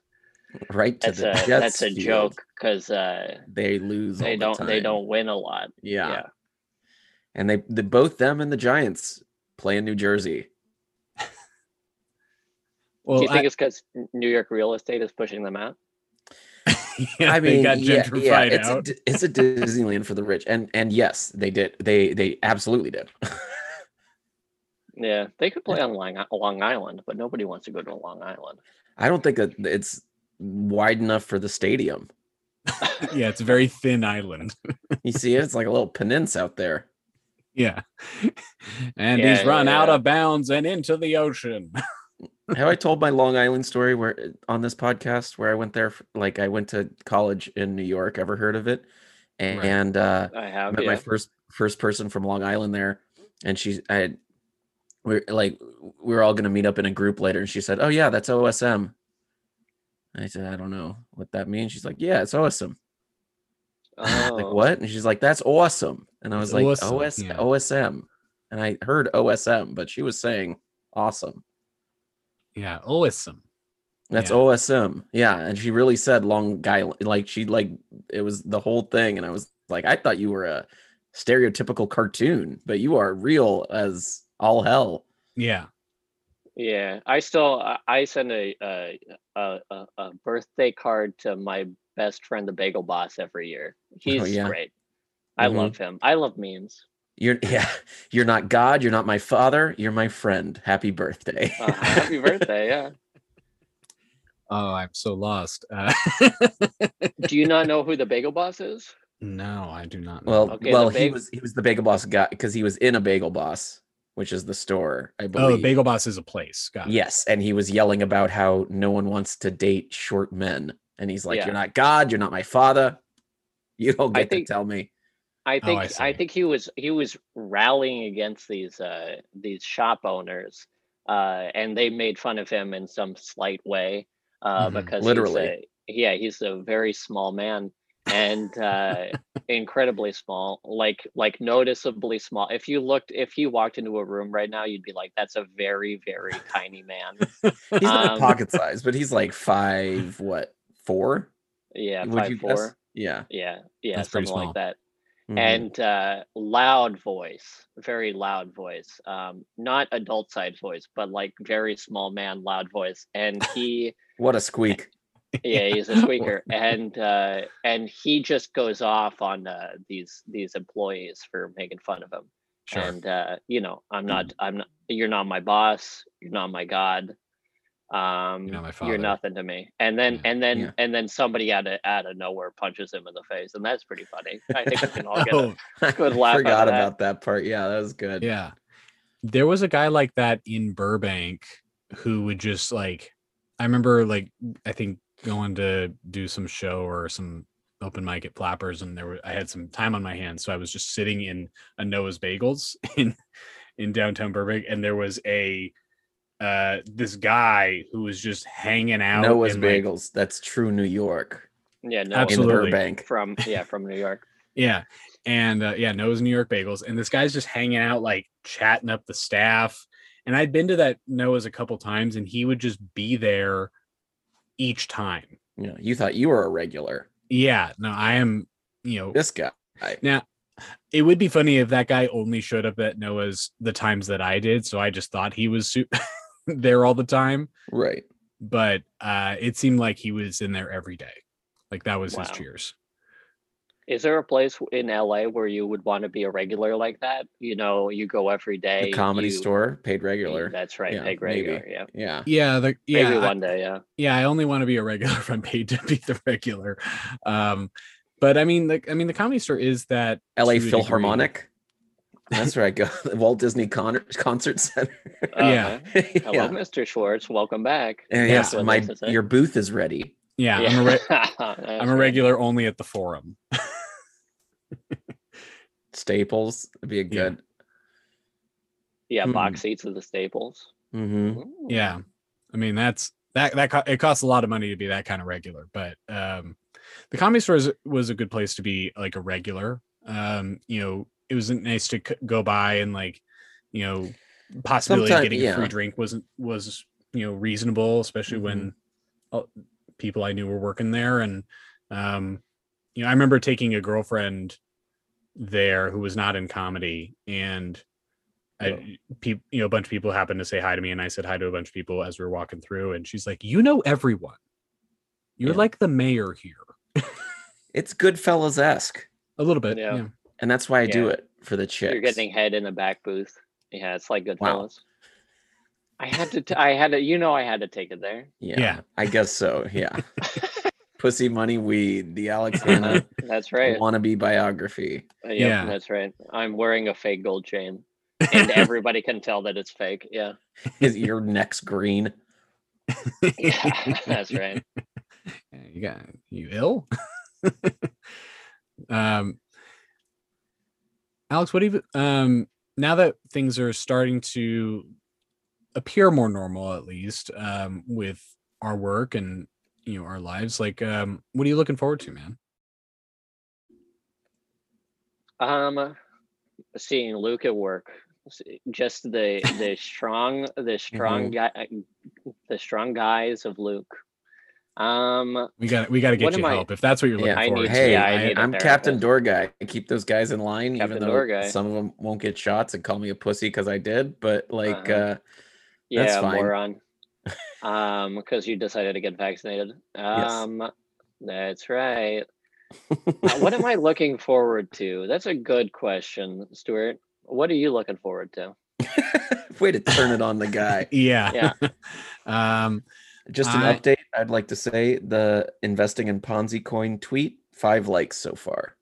Speaker 2: right to
Speaker 3: That's
Speaker 2: the Jets.
Speaker 3: a that's a
Speaker 2: field.
Speaker 3: joke because. Uh,
Speaker 2: They lose. all
Speaker 3: they
Speaker 2: the
Speaker 3: don't they
Speaker 2: time.
Speaker 3: don't win a lot
Speaker 2: Yeah. and they the, both them and the Giants play in New Jersey.
Speaker 1: Well,
Speaker 3: do you think
Speaker 1: I,
Speaker 3: it's because new york real estate is pushing them out
Speaker 1: yeah,
Speaker 2: I
Speaker 1: they
Speaker 2: mean,
Speaker 1: got
Speaker 2: yeah,
Speaker 1: gentrified
Speaker 2: yeah, it's a
Speaker 1: out.
Speaker 2: D- it's a Disneyland for the rich, and and yes, they did. They they absolutely did.
Speaker 3: yeah they could play on long, long island but nobody wants to go to long island
Speaker 2: I don't think that it's wide enough for the stadium.
Speaker 1: yeah, it's a very thin island.
Speaker 2: You see, it's like a little peninsula out there.
Speaker 1: Yeah, and
Speaker 3: Yeah,
Speaker 1: he's run
Speaker 3: yeah,
Speaker 1: out
Speaker 3: yeah.
Speaker 1: of bounds and into the ocean.
Speaker 2: Have I told my Long Island story where on this podcast where I went there? For, like I went to college in New York. Ever heard of it? And,
Speaker 1: Right.
Speaker 2: uh,
Speaker 3: i have
Speaker 2: met
Speaker 3: yeah.
Speaker 2: my first first person from Long Island there, and she I had we are like we were all gonna meet up in a group later, and she said, "Oh yeah, that's OSM." And I said, "I don't know what that means." She's like, "Yeah, it's awesome."
Speaker 3: oh,
Speaker 2: Like what? And she's like, "That's awesome." And I was
Speaker 1: It's
Speaker 2: like,
Speaker 1: awesome,
Speaker 2: "OS
Speaker 1: yeah.
Speaker 2: OSM," and I heard OSM, but she was saying awesome.
Speaker 1: yeah, awesome.
Speaker 2: That's
Speaker 1: Yeah.
Speaker 2: OSM, yeah. And she really said Long Island, like she like it was the whole thing, and I was like, "I thought you were a stereotypical cartoon, but you are real as all hell."
Speaker 1: Yeah,
Speaker 3: yeah i still I- i send a a, a a a birthday card to my best friend the bagel boss every year he's
Speaker 2: Oh, yeah.
Speaker 3: great i
Speaker 2: Mhm.
Speaker 3: love him i love memes
Speaker 2: You're yeah, you're not God, you're not my father, you're my friend. Happy birthday.
Speaker 3: uh, happy birthday yeah
Speaker 1: oh, I'm so lost. Uh,
Speaker 3: do you not know who the bagel boss is
Speaker 1: no, I do not. Know.
Speaker 2: well,
Speaker 3: Okay,
Speaker 2: well,
Speaker 3: the
Speaker 2: he
Speaker 3: bag-
Speaker 2: was he was the bagel boss guy because he was in a bagel boss, which is the store, I
Speaker 1: oh,
Speaker 2: believe.
Speaker 1: Bagel Boss is a place. Got it.
Speaker 2: Yes, and he was yelling about how no one wants to date short men, and he's like,
Speaker 3: Yeah.
Speaker 2: "You're not God, you're not my father. You don't
Speaker 3: I
Speaker 2: get
Speaker 3: think-
Speaker 2: to tell me."
Speaker 1: Oh,
Speaker 3: I
Speaker 1: I
Speaker 3: think I,
Speaker 1: see.
Speaker 3: think he was he was rallying against these uh these shop owners uh and they made fun of him in some slight way uh
Speaker 1: Mhm,
Speaker 3: because he's
Speaker 2: literally.
Speaker 3: a- yeah, he's a very small man and uh, incredibly small, like like noticeably small. If you looked, if he walked into a room right now, you'd be like, "That's a very very tiny man."
Speaker 2: He's not
Speaker 3: Um,
Speaker 2: pocket size, but he's like five, what, four?
Speaker 3: Yeah,
Speaker 2: Would
Speaker 3: five
Speaker 2: you
Speaker 3: four.
Speaker 2: guess? Yeah.
Speaker 3: Yeah, yeah,
Speaker 4: That's pretty
Speaker 3: something
Speaker 4: small.
Speaker 3: like that.
Speaker 1: Mm-hmm.
Speaker 2: Mhm.
Speaker 3: and uh, loud voice, very loud voice, um, not adult side voice, but like very small man, loud voice. And he,
Speaker 2: what a squeak.
Speaker 3: yeah, he's a squeaker, and uh, and he just goes off on uh, these these employees for making fun of him.
Speaker 4: Sure.
Speaker 3: And uh, you know, I'm not,
Speaker 1: Mm-hmm.
Speaker 3: I'm not, you're not my boss, you're not my god. Um,
Speaker 1: You're not my
Speaker 3: you're
Speaker 1: father.
Speaker 3: nothing to me. And then,
Speaker 4: Yeah,
Speaker 3: and then,
Speaker 2: yeah.
Speaker 3: and then somebody out of out of nowhere punches him in the face, and that's pretty funny. I think we can all get a-
Speaker 1: Oh,
Speaker 3: Good
Speaker 2: I
Speaker 3: laugh out of
Speaker 2: Forgot
Speaker 3: that.
Speaker 2: about that part. Yeah, that was good.
Speaker 1: yeah. There was a guy like that in Burbank who would just like I remember like I think going to do some show or some open mic at Flappers and there were I had some time on my hands. So I was just sitting in a Noah's bagels in in downtown Burbank and there was a uh this guy who was just hanging out
Speaker 2: Noah's
Speaker 1: and, like,
Speaker 2: Bagels. That's true New York.
Speaker 3: yeah, no,
Speaker 2: In
Speaker 1: Absolutely.
Speaker 2: Burbank.
Speaker 3: from yeah from New York.
Speaker 1: Yeah. And uh, yeah, Noah's New York Bagels. And this guy's just hanging out, like chatting up the staff. And I'd been to that Noah's a couple times and he would just be there each time.
Speaker 2: You know, you thought you were a regular.
Speaker 1: Yeah. No, I am, you know,
Speaker 2: This guy.
Speaker 1: it would be funny if that guy only showed up at Noah's the times that I did. So I just thought he was su- there all the time.
Speaker 2: Right.
Speaker 1: But uh, it seemed like he was in there every day. Like that was his
Speaker 3: Wow.
Speaker 1: cheers.
Speaker 3: Is there a place in LA where you would want to be a regular like that? You know, you go every day.
Speaker 2: The comedy
Speaker 3: you-
Speaker 2: store, paid
Speaker 3: you-
Speaker 2: regular.
Speaker 3: That's right,
Speaker 2: Yeah,
Speaker 3: Peg
Speaker 2: maybe.
Speaker 3: regular. Yeah,
Speaker 2: yeah.
Speaker 1: Yeah. The, yeah.
Speaker 3: maybe
Speaker 1: I-
Speaker 3: one day. Yeah,
Speaker 1: yeah i only want to be a regular if i'm paid to be the regular um but i mean like i mean the comedy store is that
Speaker 2: LA
Speaker 1: to a degree.
Speaker 2: Philharmonic. That's where I go. The Walt Disney Con- Concert Center.
Speaker 1: Yeah. Uh,
Speaker 3: Uh-huh. Hello,
Speaker 2: yeah.
Speaker 3: Mr. Schwartz. Welcome back.
Speaker 2: And
Speaker 1: Yeah.
Speaker 2: yes,
Speaker 3: That's what
Speaker 2: my
Speaker 3: this is, eh?
Speaker 2: your booth is ready.
Speaker 1: yeah, i'm a, re-
Speaker 3: I'm
Speaker 1: I'm a regular only at the forum
Speaker 2: Staples would be a good.
Speaker 3: Yeah,
Speaker 1: Mm.
Speaker 3: box seats of the Staples.
Speaker 2: Mm-hmm.
Speaker 3: Ooh.
Speaker 1: yeah i mean that's that that co- it costs a lot of money to be that kind of regular but um the comedy store is, was a good place to be like a regular um you know it was nice to c- go by and like you know possibility
Speaker 2: Sometime-
Speaker 1: of getting a
Speaker 2: yeah.
Speaker 1: free drink wasn't was you know reasonable especially when all, people i knew were working there and um you know i remember taking a girlfriend there who was not in comedy and
Speaker 2: Yeah.
Speaker 1: I, peop you know, a bunch of people happened to say hi to me, and I said hi to a bunch of people as we were walking through. And she's like, "You know everyone. You're
Speaker 2: Yeah.
Speaker 1: like the mayor here,
Speaker 2: It's Goodfellas esque,
Speaker 1: a little bit."
Speaker 3: Yeah.
Speaker 1: Yeah,
Speaker 2: and that's why I do
Speaker 3: Yeah.
Speaker 2: it for the chicks.
Speaker 3: You're getting head in the back booth. Yeah, it's like Goodfellas.
Speaker 2: Wow.
Speaker 3: I had to. T- I had to. You know, I had to take it there.
Speaker 2: yeah,
Speaker 1: Yeah.
Speaker 2: I guess so. Yeah, Pussy Money Weed, the Alex Hanna
Speaker 3: That's right.
Speaker 2: wannabe biography.
Speaker 3: Uh, yep,
Speaker 1: Yeah.
Speaker 3: that's right. I'm wearing a fake gold chain, and everybody can tell that it's fake. Yeah,
Speaker 2: Is your neck's green?
Speaker 3: yeah that's right.
Speaker 1: Yeah, you got you ill. um, Alex, what do you um now that things are starting to appear more normal, at least um, with our work and you know our lives? Like, um, what are you looking forward to, man?
Speaker 3: Um, seeing Luke at work, s- just the the strong the
Speaker 2: Mm-hmm.
Speaker 3: strong guy the strong guys of Luke. Um,
Speaker 1: We got we got to
Speaker 3: What
Speaker 1: get you
Speaker 3: am I-
Speaker 1: help if that's what you're looking
Speaker 2: Yeah,
Speaker 3: I
Speaker 1: forward
Speaker 3: need-
Speaker 1: to.
Speaker 2: Hey,
Speaker 3: yeah, I
Speaker 2: I
Speaker 3: need a
Speaker 2: am Captain
Speaker 3: therapist.
Speaker 2: Door Guy. I keep those guys in line,
Speaker 3: Captain
Speaker 2: even though
Speaker 3: Door Guy.
Speaker 2: some of them won't get shots and call me a pussy because I did. But like,
Speaker 3: Uh-huh.
Speaker 2: uh
Speaker 3: yeah,
Speaker 2: That's fine.
Speaker 3: moron. Um, because you decided to get vaccinated. Um, that's right. Uh, what am I looking forward to? That's a good question, Stuart. What are you looking forward to?
Speaker 2: way to turn it on the guy.
Speaker 1: Yeah. Yeah. um,
Speaker 2: Just an
Speaker 1: I-
Speaker 2: update. I'd like to say the investing in Ponzi coin tweet five likes so far.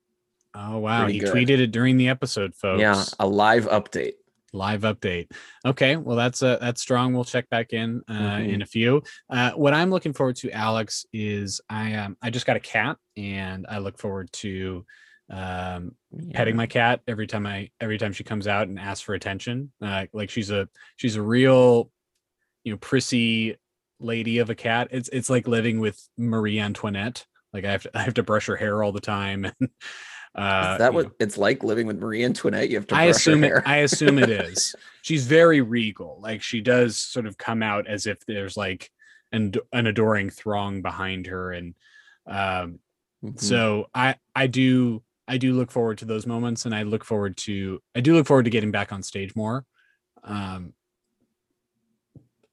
Speaker 1: oh wow,
Speaker 2: Pretty
Speaker 1: he
Speaker 2: good.
Speaker 1: tweeted it during the episode, folks.
Speaker 2: Yeah, a live update.
Speaker 1: Live update. Okay, well that's uh, that's strong. We'll check back in uh,
Speaker 2: Mhm.
Speaker 1: in a few. Uh, what I'm looking forward to, Alex, is I um, I just got a cat, and I look forward to um, petting my cat every time I every time she comes out and asks for attention. Uh, like she's a she's a real you know prissy lady of a cat. It's it's like living with Marie Antoinette. Like I have to I have to brush her hair all the time. And, uh,
Speaker 2: Is that
Speaker 1: you
Speaker 2: what
Speaker 1: know,
Speaker 2: it's like living with Marie Antoinette? You have to.
Speaker 1: I
Speaker 2: brush her
Speaker 1: assume it,
Speaker 2: hair.
Speaker 1: I assume it is. She's very regal. Like she does sort of come out as if there's like an an adoring throng behind her, and um,
Speaker 2: Mhm.
Speaker 3: Mm.
Speaker 1: so I I do I do look forward to those moments, and I look forward to I do look forward to getting back on stage more. Um,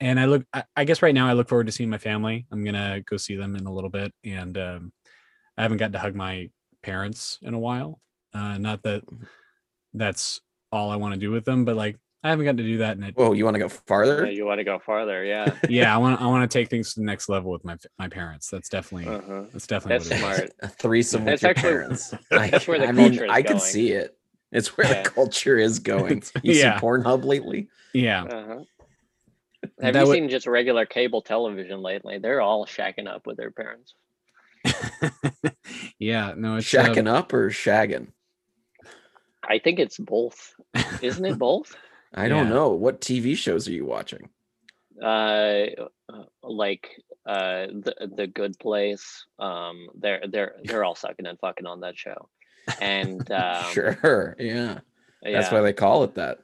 Speaker 1: and I look I, I guess right now I look forward to seeing my family. I'm gonna go see them in a little bit, and um, I haven't gotten to hug my parents in a while. Uh, not that
Speaker 3: Mm-hmm.
Speaker 1: that's all I want to do with them, but like I haven't gotten to do that, and it,
Speaker 2: Whoa, you want to go farther?
Speaker 3: Yeah, you want to go farther, yeah.
Speaker 1: yeah, I want I want to take things to the next level with my my parents. That's definitely
Speaker 3: Uh-huh.
Speaker 1: that's definitely
Speaker 3: That's
Speaker 1: what it is.
Speaker 3: smart.
Speaker 2: a threesome with
Speaker 3: That's
Speaker 2: your
Speaker 3: actually-
Speaker 2: parents. I,
Speaker 3: that's where the
Speaker 2: I mean,
Speaker 3: culture is
Speaker 2: I could
Speaker 3: going.
Speaker 2: see it. It's where
Speaker 3: Yeah.
Speaker 2: the culture is going. You
Speaker 1: Yeah.
Speaker 2: see Pornhub lately?
Speaker 1: Yeah.
Speaker 3: Uh-huh.
Speaker 1: That
Speaker 3: Have you
Speaker 1: would-
Speaker 3: seen just regular cable television lately? They're all shacking up with their parents.
Speaker 1: yeah, no, it's uh,
Speaker 2: Shacking up or shagging?
Speaker 3: I think it's both. Isn't it both?
Speaker 2: I don't
Speaker 1: Yeah.
Speaker 2: know. What TV shows are you watching?
Speaker 3: uh uh, like uh the the good place um they're they're they're all sucking and fucking on that show and um
Speaker 2: sure. Yeah.
Speaker 3: yeah,
Speaker 2: That's why they call it that.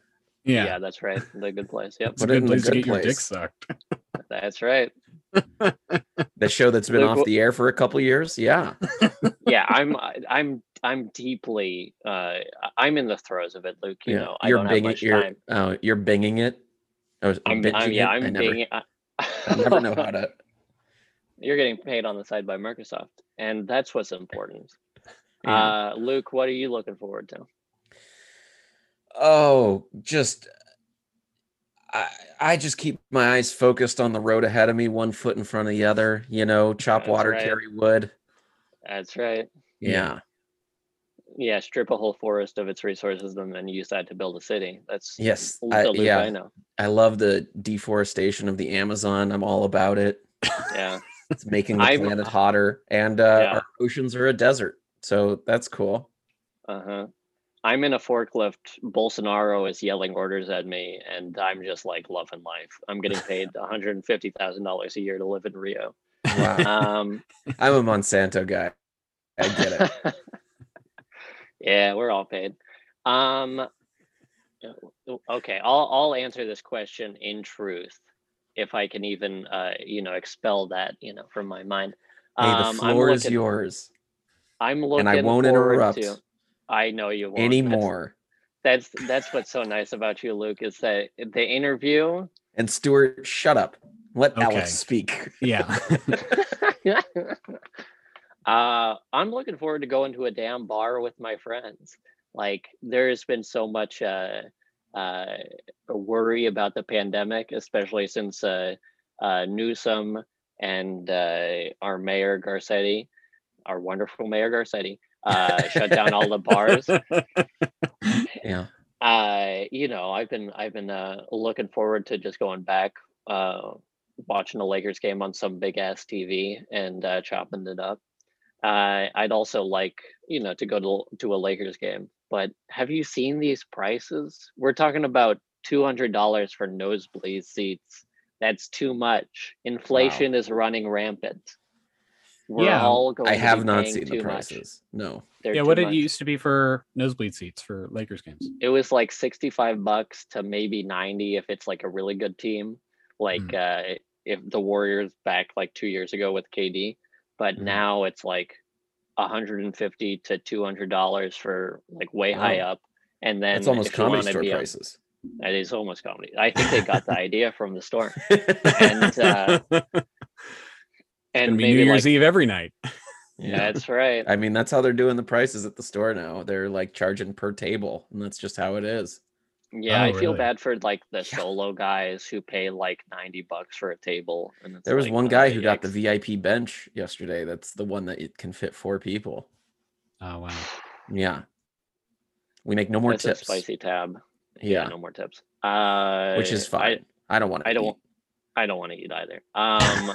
Speaker 3: yeah
Speaker 1: yeah,
Speaker 3: that's right the good place yep
Speaker 1: it's a
Speaker 2: Put it in
Speaker 1: good
Speaker 2: the
Speaker 1: place to
Speaker 2: good
Speaker 1: get your dick
Speaker 2: place.
Speaker 1: sucked.
Speaker 3: that's right
Speaker 2: The show that's been
Speaker 3: Luke,
Speaker 2: off
Speaker 3: what-
Speaker 2: the air for a couple years. Yeah.
Speaker 3: yeah i'm I- i'm i'm deeply uh I- i'm in the throes of it luke you
Speaker 2: yeah.
Speaker 3: know i
Speaker 2: you're
Speaker 3: don't have
Speaker 2: binging.
Speaker 3: much
Speaker 2: You're
Speaker 3: time
Speaker 2: uh, you're binging it. I was
Speaker 3: i'm,
Speaker 2: binging
Speaker 3: I'm
Speaker 2: it.
Speaker 3: yeah i'm
Speaker 2: I never,
Speaker 3: being I,
Speaker 2: I never know how to.
Speaker 3: you're getting paid on the side by microsoft and that's what's important
Speaker 2: yeah.
Speaker 3: uh luke what are you looking forward to
Speaker 2: oh just i i just keep my eyes focused on the road ahead of me one foot in front of the other you know chop
Speaker 3: That's
Speaker 2: water
Speaker 3: right. Mm-hmm.
Speaker 2: carry wood
Speaker 3: that's right
Speaker 1: Yeah.
Speaker 2: yeah
Speaker 3: yeah, strip a whole forest of its resources and then use that to build a city. That's
Speaker 2: yes
Speaker 3: l-
Speaker 2: I,
Speaker 3: the loop I
Speaker 2: yeah
Speaker 3: know.
Speaker 2: i love the deforestation of the amazon i'm all about it
Speaker 3: Yeah,
Speaker 2: it's making the
Speaker 3: I'm-
Speaker 2: planet hotter and uh
Speaker 3: Yeah.
Speaker 2: our oceans are a desert so that's cool
Speaker 3: uh huh. I'm in a forklift. Bolsonaro is yelling orders at me, and I'm just like loving life. I'm getting paid $150,000 a year to live in Rio.
Speaker 2: wow
Speaker 3: Um,
Speaker 2: i'm a monsanto guy i get it
Speaker 3: yeah, we're all paid. Um, o- okay, I'll I'll answer this question in truth, if I can even uh, you know expel that you know from my mind.
Speaker 2: hey the
Speaker 3: Um, I'm
Speaker 2: floor is
Speaker 3: looking-
Speaker 2: yours
Speaker 3: I'm looking
Speaker 2: and i won't
Speaker 3: forward
Speaker 2: interrupt
Speaker 3: to- I know you won't. That's-
Speaker 2: anymore
Speaker 3: That's, that's what's so nice about you, Luke, is that the interview.
Speaker 2: and stuart shut up let
Speaker 1: Okay.
Speaker 2: alex speak
Speaker 1: Yeah.
Speaker 3: uh, I'm looking forward to going to a damn bar with my friends. Like there's been so much uh, uh, worry about the pandemic, especially since uh, uh, Newsom and uh, our mayor Garcetti, our wonderful mayor Garcetti, uh, shut down all the bars.
Speaker 2: yeah
Speaker 3: uh you know i've been i've been uh looking forward to just going back uh watching a lakers game on some big ass tv and uh chopping it up uh i'd also like you know to go to to a lakers game but have you seen these prices we're talking about $200 for nosebleed seats that's too much inflation is running rampant we're
Speaker 1: Yeah,
Speaker 3: all going
Speaker 2: I
Speaker 3: to be
Speaker 2: have not
Speaker 3: paying
Speaker 2: seen
Speaker 3: too
Speaker 2: the
Speaker 3: much.
Speaker 2: prices. No.
Speaker 3: They're
Speaker 1: yeah,
Speaker 3: too
Speaker 1: what did
Speaker 3: much
Speaker 1: it used to be for nosebleed seats for Lakers games?
Speaker 3: it was like 65 bucks to maybe 90 if it's like a really good team like
Speaker 2: Mm.
Speaker 3: uh if the warriors back like two years ago with kd but
Speaker 2: Mhm.
Speaker 3: now it's like 150 to 200 dollars for like way high
Speaker 2: Wow.
Speaker 3: up and then
Speaker 2: It's almost
Speaker 3: if you
Speaker 2: comedy
Speaker 3: wanna
Speaker 2: store
Speaker 3: be a-
Speaker 2: prices.
Speaker 3: it is almost comedy i think they got the idea from the store and uh
Speaker 1: and
Speaker 3: and
Speaker 1: be New
Speaker 3: maybe
Speaker 1: Year's
Speaker 3: like,
Speaker 1: Eve every night.
Speaker 2: yeah.
Speaker 3: that's right
Speaker 2: I mean, that's how they're doing the prices at the store now. They're like charging per table, and that's just how it is.
Speaker 3: yeah
Speaker 1: Oh,
Speaker 3: i feel
Speaker 1: really?
Speaker 3: bad for like the solo guys who pay like 90 bucks for a table and it's
Speaker 2: There was
Speaker 3: like,
Speaker 2: one
Speaker 3: uh,
Speaker 2: guy who got the
Speaker 3: yikes.
Speaker 2: VIP bench yesterday. That's the one that it can fit four people.
Speaker 1: Oh wow.
Speaker 2: Yeah. We make no more
Speaker 3: That's a
Speaker 2: tips.
Speaker 3: spicy tab yeah,
Speaker 2: Yeah.
Speaker 3: no more tips. Uh,
Speaker 2: Which is
Speaker 3: I-
Speaker 2: fine. I, don't want to.
Speaker 3: I don't. I don't want to eat either. Um,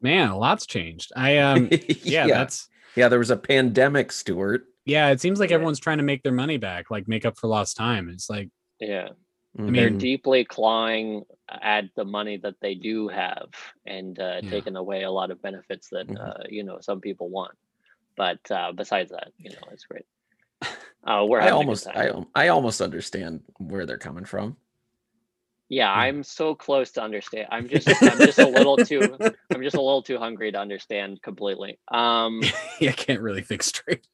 Speaker 1: Man, a lot's changed. I um yeah,
Speaker 2: yeah.
Speaker 1: that's
Speaker 2: yeah. There was a pandemic, Stuart.
Speaker 1: yeah, it seems like
Speaker 3: Yeah.
Speaker 1: everyone's trying to make their money back, like make up for lost time. It's like
Speaker 3: yeah,
Speaker 2: I
Speaker 3: they're
Speaker 1: mean-
Speaker 3: deeply clawing add the money that they do have and uh,
Speaker 4: Yeah.
Speaker 3: taken away a lot of benefits that
Speaker 2: Mhm.
Speaker 3: uh, you know some people want. But uh, besides that, you know, it's great. Uh, we're
Speaker 2: I
Speaker 3: having a good
Speaker 2: almost,
Speaker 3: time.
Speaker 2: I, al- I almost understand where they're coming from.
Speaker 3: Yeah, I'm so close to understand. I'm just I'm just a little too I'm just a little too hungry to understand completely. Um
Speaker 1: yeah, I can't really think straight.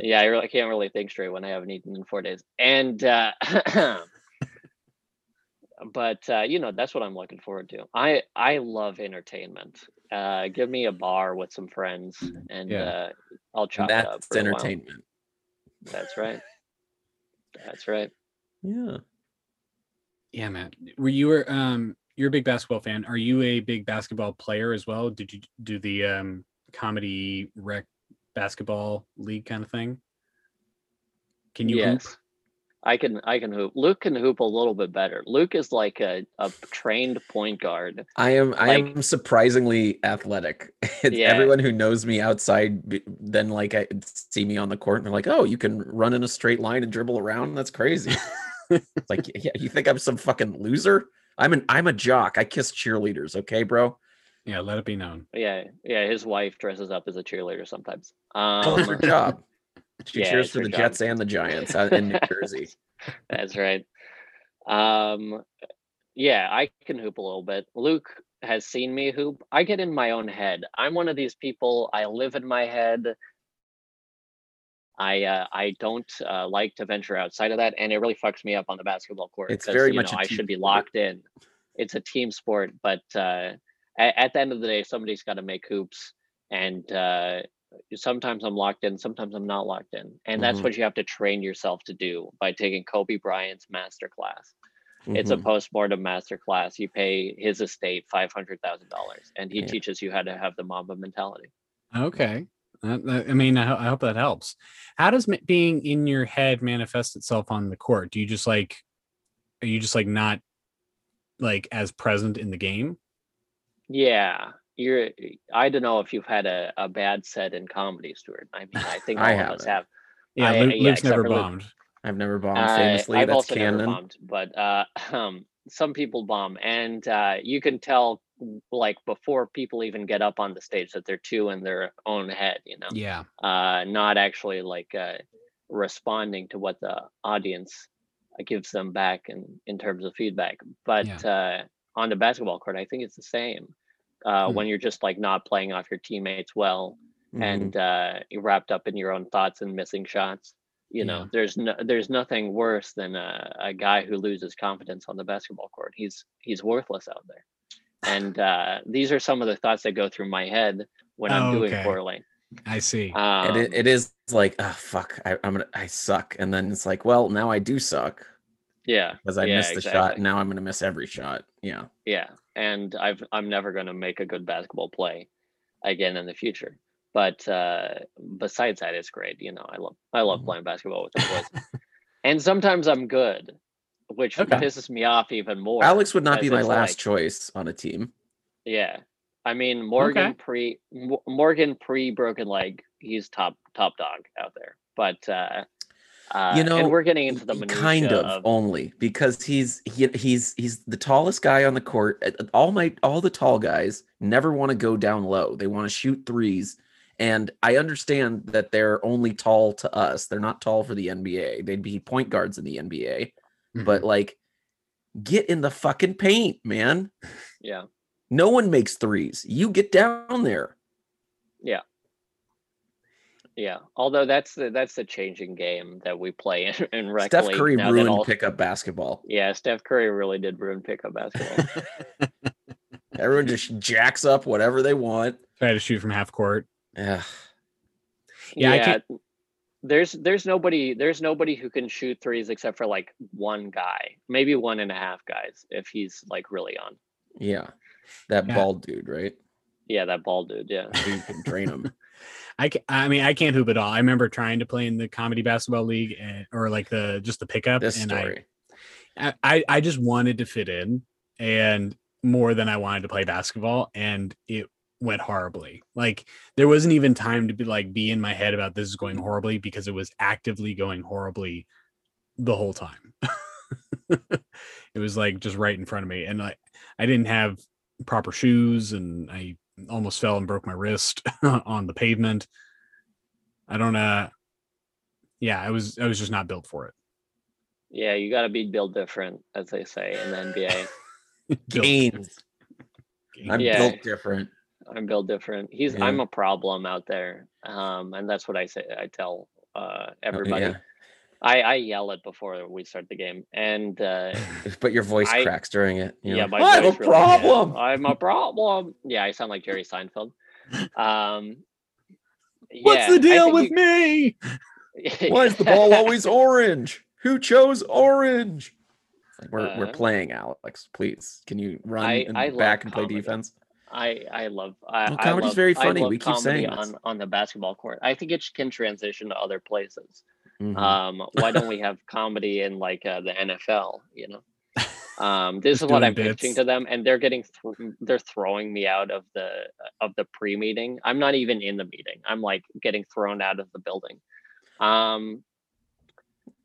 Speaker 3: yeah, I really can't really think straight when I haven't eaten in 4 days. And uh but uh you know, that's what I'm looking forward to. I I love entertainment. Uh give me a bar with some friends and
Speaker 1: Yeah.
Speaker 3: uh I'll chop it up.
Speaker 2: That's
Speaker 3: for a while.
Speaker 2: entertainment.
Speaker 3: That's right. That's right.
Speaker 2: Yeah.
Speaker 1: Yeah, Matt. Were you a- um you're a big basketball fan? Are you a big basketball player as well? Did you do the um comedy rec basketball league kind of thing? Can you hoop?
Speaker 3: I can I can hoop. Luke can hoop a little bit better. Luke is like a, a trained point guard.
Speaker 2: I am I
Speaker 3: Like-
Speaker 2: am surprisingly athletic. It's
Speaker 3: Yeah.
Speaker 2: Everyone who knows me outside b- then like I see me on the court and they're like, "Oh, you can run in a straight line and dribble around? That's crazy." It's like, "Yeah, you think I'm some fucking loser? I'm an I'm a jock. I kiss cheerleaders, okay, bro?"
Speaker 1: Yeah, let it be known.
Speaker 3: Yeah, yeah. His wife dresses up as a cheerleader sometimes.
Speaker 2: Oh, it's her
Speaker 3: Um,
Speaker 2: job. She
Speaker 3: yeah,
Speaker 2: cheers
Speaker 3: it's
Speaker 2: for
Speaker 3: her
Speaker 2: the
Speaker 3: job.
Speaker 2: Jets and the Giants out in New Jersey.
Speaker 3: that's right. Um, yeah, I can hoop a little bit. Luke has seen me hoop. I get in my own head. I'm one of these people. I live in my head. I uh, I don't uh, like to venture outside of that, and it really fucks me up on the basketball court.
Speaker 2: It's
Speaker 3: 'cause,
Speaker 2: very
Speaker 3: you
Speaker 2: much
Speaker 3: know,
Speaker 2: a
Speaker 3: I
Speaker 2: team
Speaker 3: should be
Speaker 2: sport.
Speaker 3: locked in. It's a team sport, but uh, at, at the end of the day, somebody's got to make hoops, and uh, sometimes I'm locked in, sometimes I'm not locked in, and that's
Speaker 2: Mhm.
Speaker 3: what you have to train yourself to do by taking Kobe Bryant's master class it's a
Speaker 2: Mhm.
Speaker 3: postmortem master class. You pay his estate five hundred thousand dollars, and he
Speaker 2: Yeah.
Speaker 3: teaches you how to have the Mamba mentality.
Speaker 1: Okay. That- that- I mean, I, ho- I hope that helps. How does ma- being in your head manifest itself on the court? Do you just like, are you just like not like as present in the game?
Speaker 3: Yeah, you're. I don't know if you've had a, a bad set in comedy, Stuart. I mean, I think all
Speaker 2: I
Speaker 3: of us
Speaker 2: haven't.
Speaker 3: have.
Speaker 1: Yeah,
Speaker 3: I-
Speaker 1: Lu-
Speaker 3: yeah,
Speaker 1: Luke's
Speaker 3: except
Speaker 1: never
Speaker 3: for Luke.
Speaker 1: bombed.
Speaker 2: I've never bombed
Speaker 3: Uh,
Speaker 2: famously.
Speaker 3: I've
Speaker 2: That's
Speaker 3: also never
Speaker 2: canon.
Speaker 3: bombed, but uh, um, some people bomb, and uh, you can tell like before people even get up on the stage that they're too in their own head. You know.
Speaker 4: Yeah.
Speaker 3: uh, not actually like uh, responding to what the audience uh, gives them back in, in terms of feedback. But uh, on the basketball court, I think it's the same. Uh,
Speaker 4: Hmm.
Speaker 3: When you're just like not playing off your teammates well
Speaker 2: Mhm.
Speaker 3: and uh, you're wrapped up in your own thoughts and missing shots, you know,
Speaker 4: Yeah.
Speaker 3: there's no, there's nothing worse than a, a guy who loses confidence on the basketball court. He's he's worthless out there. And uh, these are some of the thoughts that go through my head when I'm doing
Speaker 1: Okay.
Speaker 3: poorly.
Speaker 1: I see.
Speaker 3: Um,
Speaker 2: and it, it is like, oh fuck, I, I'm gonna, I suck, and then it's like, well, now I do suck
Speaker 3: Yeah.
Speaker 2: because I
Speaker 3: yeah,
Speaker 2: missed the shot.
Speaker 3: exactly.
Speaker 2: Now I'm gonna miss every shot. Yeah,
Speaker 3: Yeah. And I've I'm never gonna make a good basketball play again in the future. But uh besides that, it's great. You know, I love I love
Speaker 2: Mhm.
Speaker 3: playing basketball with the boys. and sometimes I'm good, which
Speaker 2: Okay.
Speaker 3: pisses me off even more.
Speaker 2: Alex would not be
Speaker 3: as
Speaker 2: my
Speaker 3: it's
Speaker 2: last
Speaker 3: like-
Speaker 2: choice on a team.
Speaker 3: Yeah. I mean Morgan pre Mo- Morgan pre broken leg, he's top top dog out there. But uh uh,
Speaker 2: know,
Speaker 3: and we're getting into the minutia
Speaker 2: kind of,
Speaker 3: of
Speaker 2: only because he's he, he's he's the tallest guy on the court. Uh, All my all the tall guys never want to go down low. They want to shoot threes. And I understand that they're only tall to us. They're not tall for the NBA. They'd be point guards in the NBA. But like, get in the fucking paint, man.
Speaker 3: yeah.
Speaker 2: No one makes threes. You get down there.
Speaker 3: Yeah, although that's the that's the changing game that we play in, in rec
Speaker 2: Steph
Speaker 3: league
Speaker 2: Curry
Speaker 3: now that
Speaker 2: ruined
Speaker 3: all-
Speaker 2: pickup basketball.
Speaker 3: Yeah, Steph Curry really did ruin pickup basketball.
Speaker 2: Everyone just jacks up whatever they want.
Speaker 1: Try to shoot from half court.
Speaker 2: Ugh.
Speaker 1: Yeah, I
Speaker 3: there's there's nobody there's nobody who can shoot threes except for like one guy, maybe one and a half guys if he's like really on.
Speaker 2: Yeah, that
Speaker 1: Yeah.
Speaker 2: bald dude, right?
Speaker 3: Yeah, that ball dude. Yeah,
Speaker 2: You can drain him.
Speaker 1: I ca I mean, I can't hoop at all. I remember trying to play in the comedy basketball league and, or like the just the pickup,
Speaker 2: This
Speaker 1: and
Speaker 2: story.
Speaker 1: I, I I just wanted to fit in and more than I wanted to play basketball, and it went horribly. Like there wasn't even time to be like be in my head about this is going horribly because it was actively going horribly the whole time. it was like just right in front of me, and I I didn't have proper shoes, and I almost fell and broke my wrist on the pavement. I don't uh yeah, I was I was just not built for it.
Speaker 3: Yeah, you got to be built different, as they say in the NBA.
Speaker 1: Built-
Speaker 2: Gains. I'm
Speaker 3: Yeah.
Speaker 2: built different.
Speaker 3: I'm built different. He's
Speaker 2: Yeah.
Speaker 3: I'm a problem out there, um, and that's what I say. I tell uh, everybody.
Speaker 2: Yeah.
Speaker 3: I, I yell it before we start the game, and uh,
Speaker 2: But your voice
Speaker 3: I-
Speaker 2: cracks during it. you
Speaker 3: yeah,
Speaker 2: know.
Speaker 3: my
Speaker 2: I have a
Speaker 3: voice really- yeah,
Speaker 2: problem.
Speaker 3: I'm a problem. Yeah, I sound like Jerry Seinfeld. Um,
Speaker 1: What's
Speaker 3: yeah, I
Speaker 1: the deal
Speaker 3: think
Speaker 1: with me?
Speaker 3: you-
Speaker 2: Why is the ball always orange? Who chose orange? It's like, we're
Speaker 3: Uh,
Speaker 2: we're playing Alex. Please, can you run
Speaker 3: I-
Speaker 2: and
Speaker 3: I love
Speaker 2: back and play
Speaker 3: comedy.
Speaker 2: defense?
Speaker 3: I I love I,
Speaker 2: Well,
Speaker 3: I
Speaker 2: comedy's
Speaker 3: love-
Speaker 2: very
Speaker 3: I
Speaker 2: funny.
Speaker 3: love
Speaker 2: We keep saying
Speaker 3: comedy
Speaker 2: this.
Speaker 3: on on the basketball court. I think it sh- can transition to other places.
Speaker 1: Mm-hmm.
Speaker 2: Mhm.
Speaker 3: Um, why don't we have comedy in like uh, the NFL? You know, um, this
Speaker 1: Just
Speaker 3: is what
Speaker 1: doing
Speaker 3: I'm pitching
Speaker 1: bits.
Speaker 3: to them, and they're getting th- they're throwing me out of the of the pre meeting. I'm not even in the meeting. I'm like getting thrown out of the building. Um,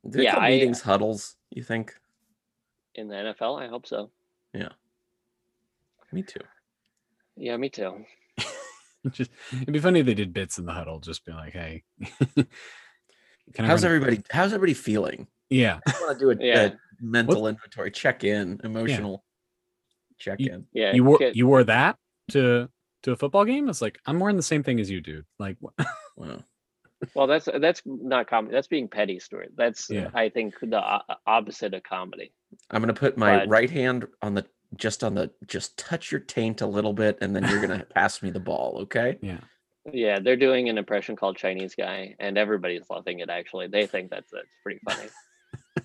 Speaker 2: Do they
Speaker 3: yeah,
Speaker 2: call
Speaker 3: I-
Speaker 2: meetings huddles. You think?
Speaker 3: in the NFL, I hope so.
Speaker 2: Me too.
Speaker 3: Yeah, me too.
Speaker 1: Just it'd be funny if they did bits in the huddle, just be like, hey. Can I
Speaker 2: How's
Speaker 1: run a-
Speaker 2: everybody? How's everybody feeling?
Speaker 1: Yeah.
Speaker 2: I want to do a, a
Speaker 3: Yeah.
Speaker 2: mental inventory, check in, emotional check
Speaker 1: You-
Speaker 2: in.
Speaker 3: Yeah,
Speaker 1: You wore
Speaker 3: get-
Speaker 1: you wore that to to a football game? It's like I'm wearing the same thing as you, dude. Like wh-
Speaker 2: Wow.
Speaker 3: Well, that's that's not comedy. That's being petty, Stuart. That's
Speaker 1: Yeah.
Speaker 3: I think the o- opposite of comedy.
Speaker 2: I'm gonna put my
Speaker 3: But-
Speaker 2: right hand on the just on the just touch your taint a little bit, and then you're gonna pass me the ball. Okay.
Speaker 1: yeah.
Speaker 3: Yeah, they're doing an impression called Chinese guy, and everybody's loving it. Actually, they think that's that's pretty funny,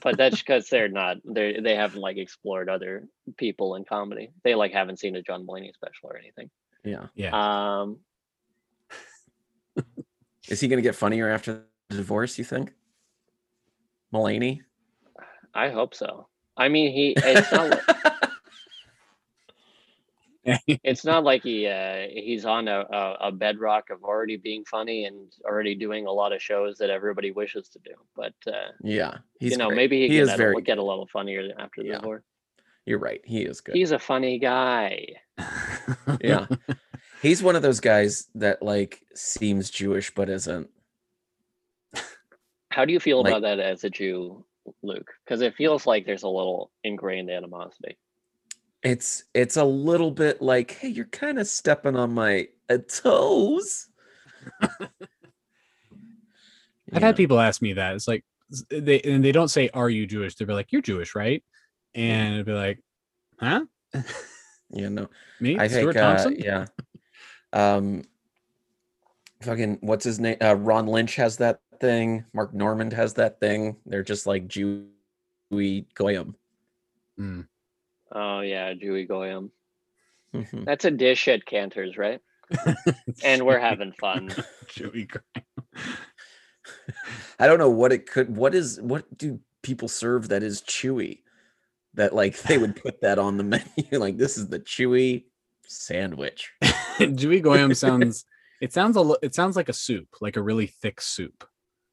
Speaker 3: but that's because they're not they they haven't like explored other people in comedy. They like haven't seen a John Mulaney special or anything.
Speaker 2: Yeah.
Speaker 1: Yeah.
Speaker 3: Um,
Speaker 2: Is he gonna get funnier after the divorce? You think? Mulaney.
Speaker 3: I hope so. I mean, he it's not li- it's not like he uh, he's on a, a a bedrock of already being funny and already doing a lot of shows that everybody wishes to do, but. uh
Speaker 2: Yeah, he's
Speaker 3: you know,
Speaker 2: great.
Speaker 3: maybe he,
Speaker 2: he
Speaker 3: can
Speaker 2: is
Speaker 3: get,
Speaker 2: very.
Speaker 3: a, get a little funnier after the
Speaker 2: Yeah,
Speaker 3: divorce.
Speaker 2: You're right. He is good.
Speaker 3: He's a funny guy. Uh,
Speaker 2: yeah, he's one of those guys that like seems Jewish but isn't.
Speaker 3: How do you feel
Speaker 2: Like-
Speaker 3: about that as a Jew, Luke? Because it feels like there's a little ingrained animosity.
Speaker 2: It's it's a little bit like, hey, you're kind of stepping on my uh, toes.
Speaker 1: I've had people ask me that. It's like s- they and they don't say, "Are you Jewish?" They'll be like, "You're Jewish, right?" And it'd be like, "Huh?
Speaker 2: Yeah, no,
Speaker 1: Me,
Speaker 2: I
Speaker 1: Stuart
Speaker 2: think uh,
Speaker 1: Thompson?
Speaker 2: yeah. Um fucking what's his name? Uh, Ron Lynch has that thing. Mark Normand has that thing. They're just like Jewy goyim.
Speaker 1: Mm.
Speaker 3: Oh yeah, Jewy Goyim.
Speaker 2: Mhm.
Speaker 3: That's a dish at Cantor's, right? And we're having fun.
Speaker 1: Jewy Graham.
Speaker 2: I don't know what it could what is what do people serve that is chewy? That like they would put that on the menu like this is the chewy sandwich.
Speaker 1: Jewy Goyam sounds. It sounds a. lo- It sounds like a soup, like a really thick soup.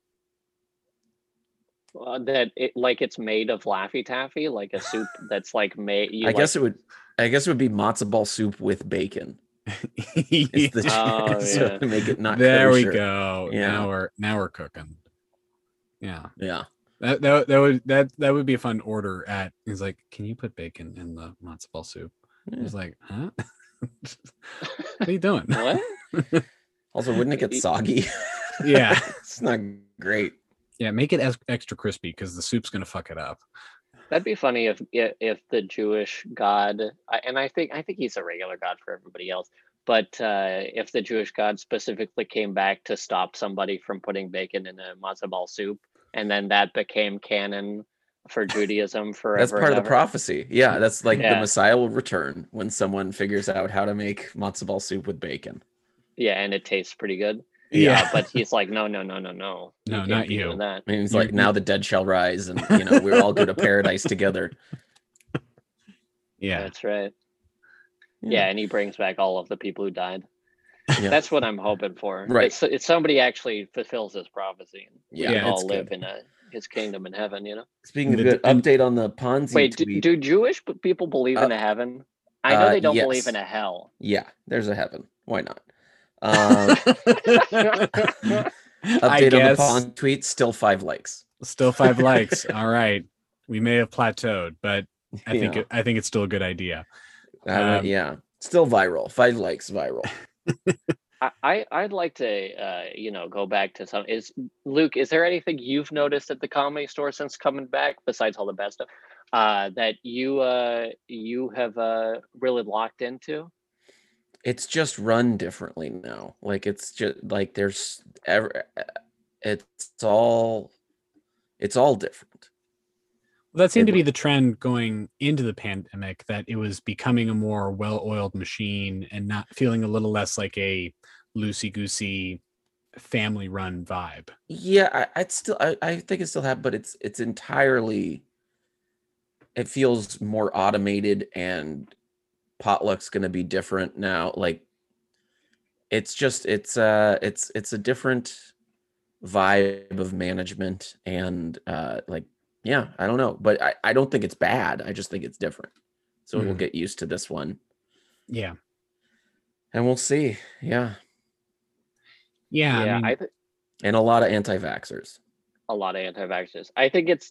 Speaker 3: Uh, that it like it's made of Laffy Taffy, like a soup that's like made. You
Speaker 2: I guess it would I guess it would be matzo ball soup with bacon. It's the
Speaker 3: Oh,
Speaker 2: so
Speaker 3: yeah.
Speaker 2: to make it not
Speaker 1: there we
Speaker 2: kosher.
Speaker 1: go.
Speaker 2: Yeah.
Speaker 1: Now we're now we're cooking. Yeah.
Speaker 2: Yeah.
Speaker 1: That, that that would that that would be a fun order at he's like, Can you put bacon in the matzo ball soup? He's like, Huh? what are you doing?
Speaker 3: What?
Speaker 2: Also, wouldn't it get
Speaker 3: Y-
Speaker 2: soggy?
Speaker 1: yeah.
Speaker 2: it's not great.
Speaker 1: Yeah, make it as extra crispy because the soup's gonna fuck it up.
Speaker 3: That'd be funny if i- if the Jewish God, I- and I think I think he's a regular God for everybody else, but uh, if the Jewish God specifically came back to stop somebody from putting bacon in a matzo ball soup, and then that became canon for Judaism forever.
Speaker 2: That's
Speaker 3: and
Speaker 2: part of the
Speaker 3: ever.
Speaker 2: prophecy. Yeah, that's like the
Speaker 3: Yeah.
Speaker 2: Messiah will return when someone figures out how to make matzo ball soup with bacon.
Speaker 3: Yeah, and it tastes pretty good.
Speaker 1: Yeah.
Speaker 3: Uh, but he's like, no, no, no, no, no.
Speaker 1: No,
Speaker 3: can't
Speaker 1: not
Speaker 3: be doing
Speaker 1: you."
Speaker 3: That.
Speaker 2: I mean, it's
Speaker 1: You-
Speaker 2: like now the dead shall rise, and you know we'll all go to paradise together.
Speaker 1: Yeah.
Speaker 3: That's right. Yeah. and he brings back all of the people who died.
Speaker 2: Yeah.
Speaker 3: That's what I'm hoping for.
Speaker 2: Right.
Speaker 3: It's, it's somebody actually fulfills this prophecy. and we
Speaker 2: Yeah,
Speaker 3: can all
Speaker 2: it's good.
Speaker 3: live in a his kingdom in heaven. You know.
Speaker 2: Speaking of
Speaker 1: The-
Speaker 2: good,
Speaker 1: and-
Speaker 2: update on the Ponzi
Speaker 3: Wait, do,
Speaker 2: tweet.
Speaker 3: do Jewish p- people believe in
Speaker 2: Uh,
Speaker 3: a heaven? I know
Speaker 2: uh,
Speaker 3: they don't believe in
Speaker 2: yes.
Speaker 3: a hell.
Speaker 2: yeah, there's a heaven. Why not? Um,
Speaker 1: I
Speaker 2: update on the
Speaker 1: guess
Speaker 2: Ponzi tweet. Still five likes.
Speaker 1: still five likes. All right, we may have plateaued, but I
Speaker 2: You
Speaker 1: think
Speaker 2: know,
Speaker 1: it, I think it's still a good idea.
Speaker 2: I don't-
Speaker 1: um,
Speaker 2: Uh, yeah, still viral. Five likes, viral.
Speaker 3: I, I I'd like to uh, you know go back to some. Is Luke? Is there anything you've noticed at the comedy store since coming back besides all the bad stuff uh, that you uh, you have uh, really locked into?
Speaker 2: it's just run differently now. Like it's just like there's ever e-, it's all it's all different.
Speaker 1: Well, that seemed to
Speaker 2: It-
Speaker 1: be the trend going into the pandemic that it was becoming a more well-oiled machine and not feeling a little less like a loosey-goosey family-run vibe.
Speaker 2: Yeah, I, I'd still I, I think it still have, but it's it's entirely it feels more automated and potluck's gonna be different now. Like it's just it's uh it's it's a different vibe of management and uh like yeah i don't know but i, I don't think it's bad i just think it's different so
Speaker 3: Mm-hmm.
Speaker 2: we'll
Speaker 1: Mhm.
Speaker 2: get used to this one
Speaker 1: Yeah.
Speaker 2: and we'll see yeah
Speaker 1: Yeah, I
Speaker 3: yeah,
Speaker 1: mean,
Speaker 3: I th-
Speaker 2: and a lot of anti-vaxxers
Speaker 3: a lot of anti-vaxxers. I think it's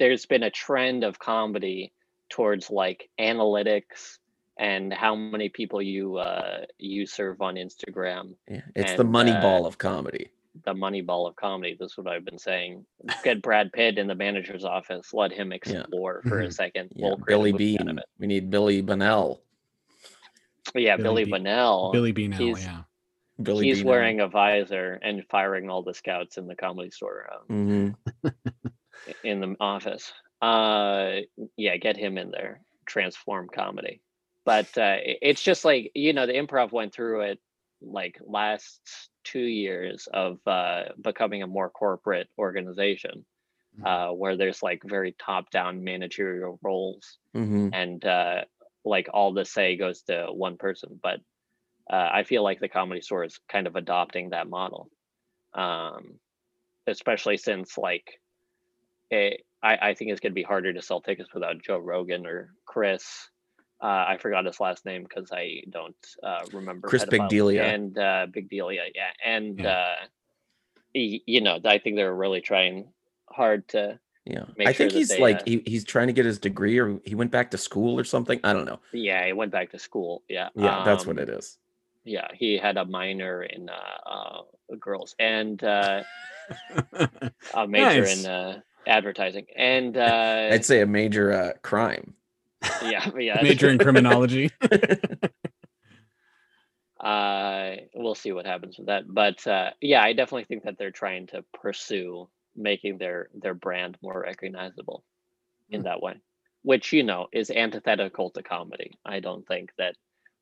Speaker 3: there's been a trend of comedy towards like analytics and how many people you uh, you serve on Instagram
Speaker 2: yeah it's the
Speaker 3: And,
Speaker 2: money
Speaker 3: uh,
Speaker 2: ball of comedy
Speaker 3: the money ball of comedy. That's what I've been saying. Get Brad Pitt in the manager's office. Let him explore for a
Speaker 1: Mhm.
Speaker 3: second.
Speaker 2: Mm-hmm. yeah,
Speaker 3: create a
Speaker 2: billy
Speaker 3: movie out of
Speaker 2: bean we need billy bunnell
Speaker 3: it. Yeah,
Speaker 1: Billy
Speaker 3: Billy,
Speaker 1: Bean-
Speaker 3: Bunnell.
Speaker 1: Billy Bean L,
Speaker 3: he's-
Speaker 1: yeah.
Speaker 2: billy
Speaker 3: he's wearing a visor and firing all the scouts in the comedy store um,
Speaker 2: hmm
Speaker 3: in the office. Uh, yeah, get him in there. Transform comedy. But uh, i- it's just like you know, the improv went through it like last two years of uh, becoming a more corporate organization, uh, where there's like very top-down managerial roles,
Speaker 2: hmm
Speaker 3: and uh, like all the say goes to one person. But uh, I feel like the comedy store is kind of adopting that model, um, especially since like it, I, I think it's going to be harder to sell tickets without Joe Rogan or Chris. Uh, I forgot his last name because I don't uh, remember.
Speaker 2: Chris
Speaker 3: pedophiles.
Speaker 2: Bigdelia.
Speaker 3: and uh, Big Delia, yeah, and
Speaker 1: Yeah.
Speaker 3: Uh, y- you know, I think they're really trying hard to.
Speaker 2: yeah
Speaker 3: Make
Speaker 2: i
Speaker 3: sure
Speaker 2: think
Speaker 3: that
Speaker 2: he's
Speaker 3: they,
Speaker 2: like
Speaker 3: uh,
Speaker 2: he, he's trying to get his degree or he went back to school or something i don't know
Speaker 3: Yeah, he went back to school. Yeah,
Speaker 2: yeah that's what
Speaker 3: um,
Speaker 2: it is
Speaker 3: Yeah, he had a minor in uh, uh, girls and uh, a major
Speaker 1: Nice.
Speaker 3: in uh, advertising, and uh,
Speaker 2: i'd say a major uh, crime
Speaker 3: yeah, yeah,
Speaker 1: Major in criminology.
Speaker 3: uh we'll see what happens with that but uh yeah i definitely think that they're trying to pursue making their their brand more recognizable in
Speaker 1: Hmm.
Speaker 3: that way which you know is antithetical to comedy i don't think that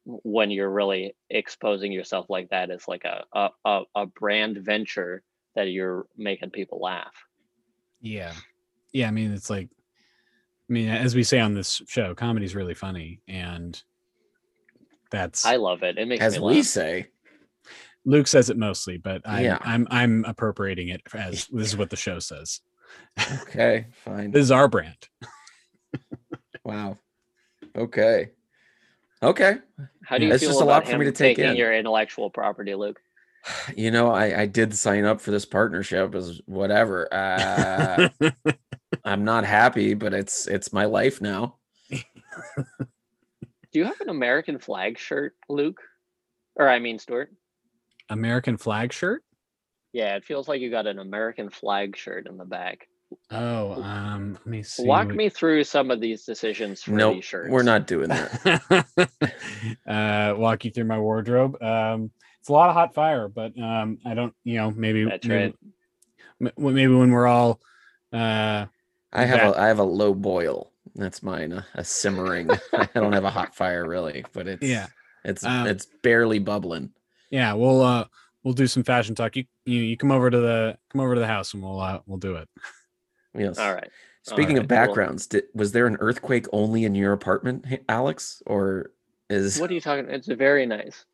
Speaker 3: w- when you're really exposing yourself like that it's like a a, a, a brand venture that you're making people laugh
Speaker 1: Yeah. Yeah. I mean, it's like, I mean, as we say on this show, comedy's really funny. And that's
Speaker 3: i love it it makes
Speaker 2: as
Speaker 3: me
Speaker 2: we
Speaker 3: laugh
Speaker 2: say
Speaker 1: Luke says it mostly, but I'm,
Speaker 2: Yeah.
Speaker 1: I'm, I'm appropriating it as this is what the show says.
Speaker 2: okay fine
Speaker 1: This is our brand.
Speaker 2: Wow. Okay. Okay.
Speaker 3: how do
Speaker 1: Yeah,
Speaker 3: you
Speaker 2: it's
Speaker 3: feel
Speaker 2: just a
Speaker 3: about
Speaker 2: lot for me
Speaker 3: him
Speaker 2: to take
Speaker 3: taking
Speaker 2: in.
Speaker 3: your intellectual property luke
Speaker 2: You know, I, I did sign up for this partnership as whatever. Uh, I'm not happy, but it's it's my life now.
Speaker 3: do you have an american flag shirt luke or i mean stuart
Speaker 1: American flag shirt.
Speaker 3: Yeah, it feels like you got an American flag shirt in the back.
Speaker 1: Oh, um, let me see.
Speaker 3: Walk
Speaker 1: what-
Speaker 3: me through some of these decisions for
Speaker 2: No,
Speaker 3: these shirts.
Speaker 2: we're not doing that.
Speaker 1: uh, walk you through my wardrobe. Um, it's a lot of hot fire, but um, I don't, you know, maybe
Speaker 3: That's
Speaker 1: maybe,
Speaker 3: right.
Speaker 1: m- w- maybe when we're all uh,
Speaker 2: I have
Speaker 1: That-
Speaker 2: a I have a low boil. That's mine. A, a simmering. I don't have a hot fire really, but it's
Speaker 1: Yeah.
Speaker 2: It's
Speaker 1: Um,
Speaker 2: it's barely bubbling.
Speaker 1: yeah, we'll uh, we'll do some fashion talk. You, you you come over to the come over to the house and we'll uh, we'll do it.
Speaker 2: Yes.
Speaker 3: All right.
Speaker 2: Speaking of
Speaker 3: right, well-
Speaker 2: backgrounds, did, was there an earthquake only in your apartment, H- Alex, or is
Speaker 3: What are you talking? It's very nice.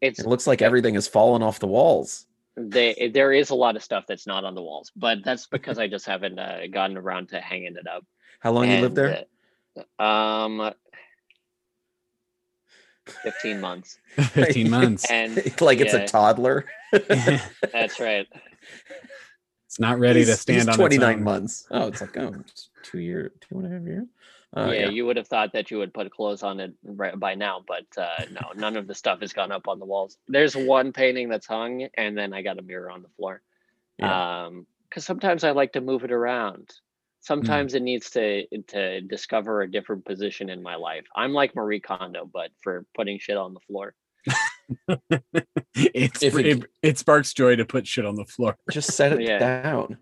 Speaker 3: It's
Speaker 2: It looks like everything has fallen off the walls.
Speaker 3: they there is a lot of stuff that's not on the walls, but that's because I just haven't uh, gotten around to hanging it up.
Speaker 2: How long you lived
Speaker 3: And,
Speaker 2: there?
Speaker 3: uh, Um, fifteen months.
Speaker 1: 15 months.
Speaker 3: And
Speaker 2: like it's
Speaker 3: yeah.
Speaker 2: a toddler.
Speaker 1: it's
Speaker 3: that's right.
Speaker 1: not ready to
Speaker 2: He's-
Speaker 1: stand
Speaker 2: he's
Speaker 1: on
Speaker 2: 29
Speaker 1: its own.
Speaker 2: months. Oh, it's like oh, it's two year, two and a half years. Uh,
Speaker 3: yeah,
Speaker 2: yeah,
Speaker 3: you would have thought that you would put clothes on it right by now, but uh, no, none of the stuff has gone up on the walls. There's one painting that's hung, and then I got a mirror on the floor.
Speaker 2: Yeah. Mm-hmm.
Speaker 3: Um, because sometimes I like to move it around. Sometimes it needs to to discover a different position in my life. I'm like Marie Kondo, but for putting shit on the floor.
Speaker 1: It's,
Speaker 2: If
Speaker 1: it,
Speaker 2: it-
Speaker 1: it sparks joy to put shit on the floor.
Speaker 2: just set it
Speaker 3: Yeah.
Speaker 2: down.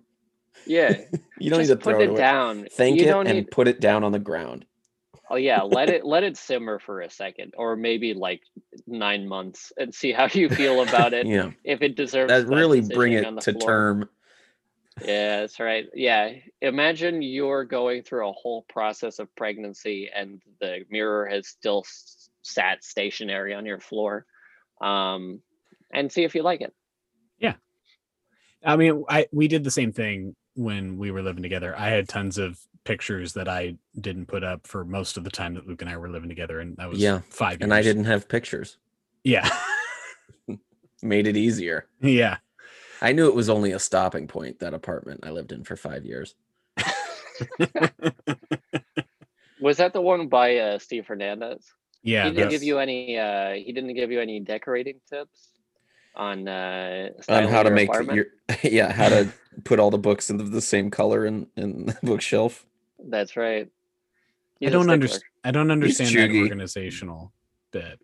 Speaker 3: Yeah,
Speaker 2: You don't
Speaker 3: just
Speaker 2: need to
Speaker 3: put
Speaker 2: throw
Speaker 3: it
Speaker 2: it, away.
Speaker 3: down.
Speaker 2: Thank
Speaker 3: you
Speaker 2: it
Speaker 3: don't
Speaker 2: and
Speaker 3: need,
Speaker 2: put it down on the ground.
Speaker 3: Oh yeah, let it let it simmer for a second, or maybe like nine months, and see how you feel about it.
Speaker 2: Yeah,
Speaker 3: If it deserves
Speaker 2: that really
Speaker 3: positioning
Speaker 2: bring
Speaker 3: on
Speaker 2: it
Speaker 3: the
Speaker 2: to
Speaker 3: floor.
Speaker 2: term.
Speaker 3: Yeah, that's right. Yeah, imagine you're going through a whole process of pregnancy, and the mirror has still s- sat stationary on your floor, um, and see if you like it.
Speaker 1: I mean, I we did the same thing when we were living together. I had tons of pictures that I didn't put up for most of the time that Luke and I were living together, and that was
Speaker 2: Yeah,
Speaker 1: five years.
Speaker 2: And I didn't have pictures.
Speaker 1: Yeah,
Speaker 2: Made it easier.
Speaker 1: yeah.
Speaker 2: I knew it was only a stopping point. That apartment I lived in for five years.
Speaker 3: Was that the one by uh, Steve Hernandez?
Speaker 1: Yeah,
Speaker 3: he didn't
Speaker 1: that's,
Speaker 3: give you any. Uh, he didn't give you any decorating tips on uh,
Speaker 2: on
Speaker 3: styling
Speaker 2: how to
Speaker 3: your
Speaker 2: make
Speaker 3: apartment?
Speaker 2: your yeah how to put all the books in the, the same color in in the bookshelf.
Speaker 3: That's right.
Speaker 1: I
Speaker 3: He's a
Speaker 1: don't
Speaker 3: stickler.
Speaker 1: understand. I don't understand that
Speaker 2: chuggy.
Speaker 1: organizational bit.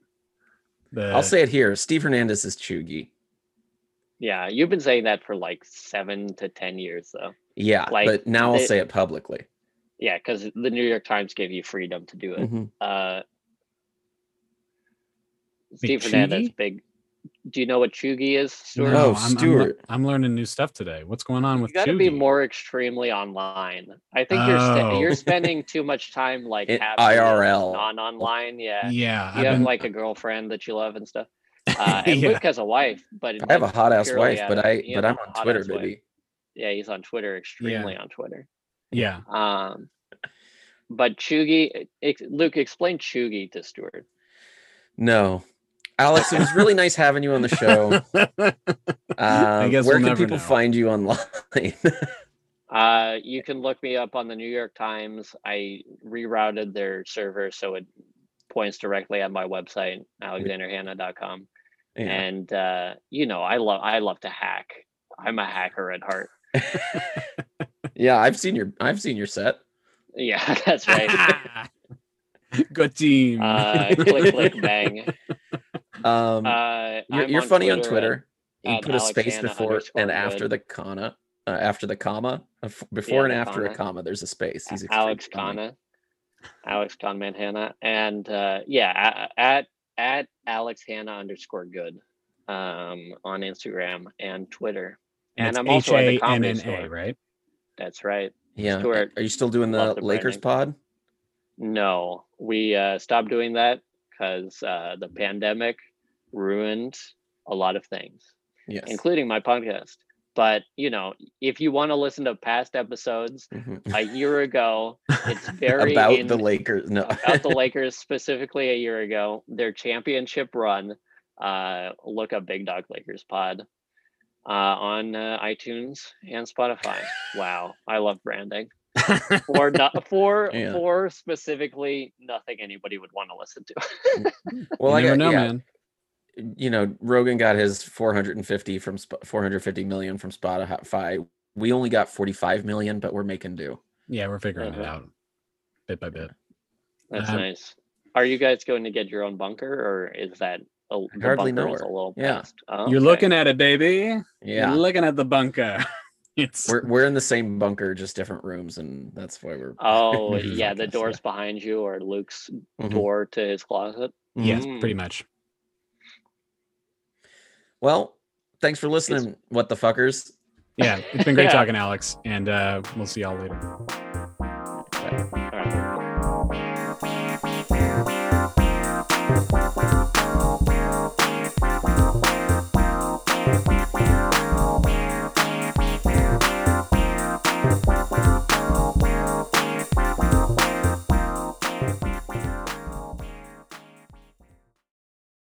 Speaker 1: The,
Speaker 2: I'll say it here. Steve Hernandez is chuggy.
Speaker 3: Yeah, you've been saying that for like seven to ten years though.
Speaker 2: Yeah,
Speaker 3: Like,
Speaker 2: but now I'll
Speaker 3: the-
Speaker 2: say it publicly.
Speaker 3: Yeah, because the New York Times gave you freedom to do
Speaker 1: Hmm.
Speaker 3: it.
Speaker 2: Mhm.
Speaker 3: Uh, Steve
Speaker 1: Chugi?
Speaker 3: Hernandez, big. Do you know what chuggy is, Stuart?
Speaker 2: No,
Speaker 1: I'm- I'm,
Speaker 2: Stuart.
Speaker 1: I'm, learning new stuff today. What's going on
Speaker 3: You
Speaker 1: with
Speaker 3: got to be
Speaker 1: Chugi?
Speaker 3: more extremely online. I think you're st-
Speaker 1: Oh.
Speaker 3: you're spending too much time like
Speaker 2: It-
Speaker 3: happy and
Speaker 2: IRL.
Speaker 3: non-online. Yeah,
Speaker 1: Yeah,
Speaker 3: you have
Speaker 1: been-
Speaker 3: like a girlfriend that you love and stuff. Uh, and
Speaker 1: Yeah.
Speaker 3: Luke has a wife, but
Speaker 2: I have a
Speaker 3: that's
Speaker 2: hot ass
Speaker 3: purely
Speaker 2: wife,
Speaker 3: out
Speaker 2: but
Speaker 3: of-
Speaker 2: I
Speaker 3: he
Speaker 2: but
Speaker 3: has a
Speaker 2: I'm on
Speaker 3: hot
Speaker 2: Twitter,
Speaker 3: ass wife.
Speaker 2: baby.
Speaker 3: Yeah, he's on Twitter, extremely on Twitter.
Speaker 1: yeah.
Speaker 3: Um, but Chugi, ex- Luke, explain Chugi to Stuart.
Speaker 2: No, Alex, it was really nice having you on the show. Um,
Speaker 1: guess we'll
Speaker 2: where can
Speaker 1: never
Speaker 2: people
Speaker 1: know.
Speaker 2: find you online?
Speaker 3: Uh, you can look me up on the New York Times. I rerouted their server so it points directly at my website, alexanderhanna.com.
Speaker 2: Yeah.
Speaker 3: And uh, you know, I love I love to hack. I'm a hacker at heart.
Speaker 2: yeah, I've seen your I've seen your set.
Speaker 3: Yeah, that's right.
Speaker 1: Good team.
Speaker 3: uh, click, click, bang.
Speaker 2: Um,
Speaker 3: Uh,
Speaker 2: you're
Speaker 3: I'm
Speaker 2: you're funny on
Speaker 3: at-
Speaker 2: Twitter. you
Speaker 3: at
Speaker 2: put a space
Speaker 3: Alexandra
Speaker 2: before
Speaker 3: underscore
Speaker 2: and
Speaker 3: good.
Speaker 2: after the comma, uh, after the comma, uh, f- before and
Speaker 3: the
Speaker 2: after a
Speaker 3: comma.
Speaker 2: comma. There's a space. He's
Speaker 3: A-
Speaker 2: extremely
Speaker 3: Alex
Speaker 2: funny.
Speaker 3: Kana, Alex Con Manhanna, and uh, yeah, a- at at Alex Hanna underscore good um, on Instagram and Twitter. and
Speaker 1: it's
Speaker 3: I'm also at the Comedy
Speaker 1: H-A-N-N-A,
Speaker 3: Store.
Speaker 1: right?
Speaker 3: That's right.
Speaker 2: Yeah.
Speaker 3: Stuart,
Speaker 2: Are you still doing the
Speaker 3: love the
Speaker 2: Lakers
Speaker 3: branding.
Speaker 2: pod?
Speaker 3: No, we uh, stopped doing that because uh, the pandemic ruined a lot of things,
Speaker 2: Yes.
Speaker 3: including my podcast. But you know, if you want to listen to past episodes
Speaker 2: Mhm.
Speaker 3: a year ago, it's very
Speaker 2: About
Speaker 3: in-
Speaker 2: the Lakers. No.
Speaker 3: about the Lakers specifically a year ago, their championship run. Uh, look up Big Dog Lakers Pod uh, on uh, iTunes and Spotify. Wow, I love branding for not for
Speaker 2: Yeah.
Speaker 3: for specifically nothing anybody would want to listen to.
Speaker 2: Mm, well,
Speaker 1: you
Speaker 2: I
Speaker 1: never
Speaker 2: got,
Speaker 1: know,
Speaker 2: yeah,
Speaker 1: man.
Speaker 2: you know, Rogan got his 450 from Sp- 450 million from Spotify. We only got 45 million, but we're making do.
Speaker 1: Yeah, we're figuring it
Speaker 3: Uh-huh.
Speaker 1: out bit by bit.
Speaker 3: That's
Speaker 2: uh-huh.
Speaker 1: Um,
Speaker 3: nice. Are you guys going to get your own bunker, or is that a, the
Speaker 2: hardly
Speaker 3: bunker
Speaker 2: know
Speaker 3: is a
Speaker 2: her.
Speaker 3: little
Speaker 2: Yeah.
Speaker 3: past? Oh,
Speaker 1: You're
Speaker 3: okay.
Speaker 1: looking at it, baby. You're
Speaker 2: Yeah.
Speaker 1: looking at the bunker. It's
Speaker 2: We're, we're in the same bunker, just different rooms, and that's why we're
Speaker 3: Oh
Speaker 2: Your
Speaker 3: yeah, the
Speaker 2: podcast,
Speaker 3: doors behind you or Luke's
Speaker 2: Mhm.
Speaker 3: door to his closet.
Speaker 1: yeah,
Speaker 3: Mm.
Speaker 1: pretty much.
Speaker 2: Well, thanks for listening, what the fuckers.
Speaker 1: Yeah, it's been great
Speaker 3: Yeah.
Speaker 1: talking, Alex, and uh, we'll see y'all later.
Speaker 3: All right.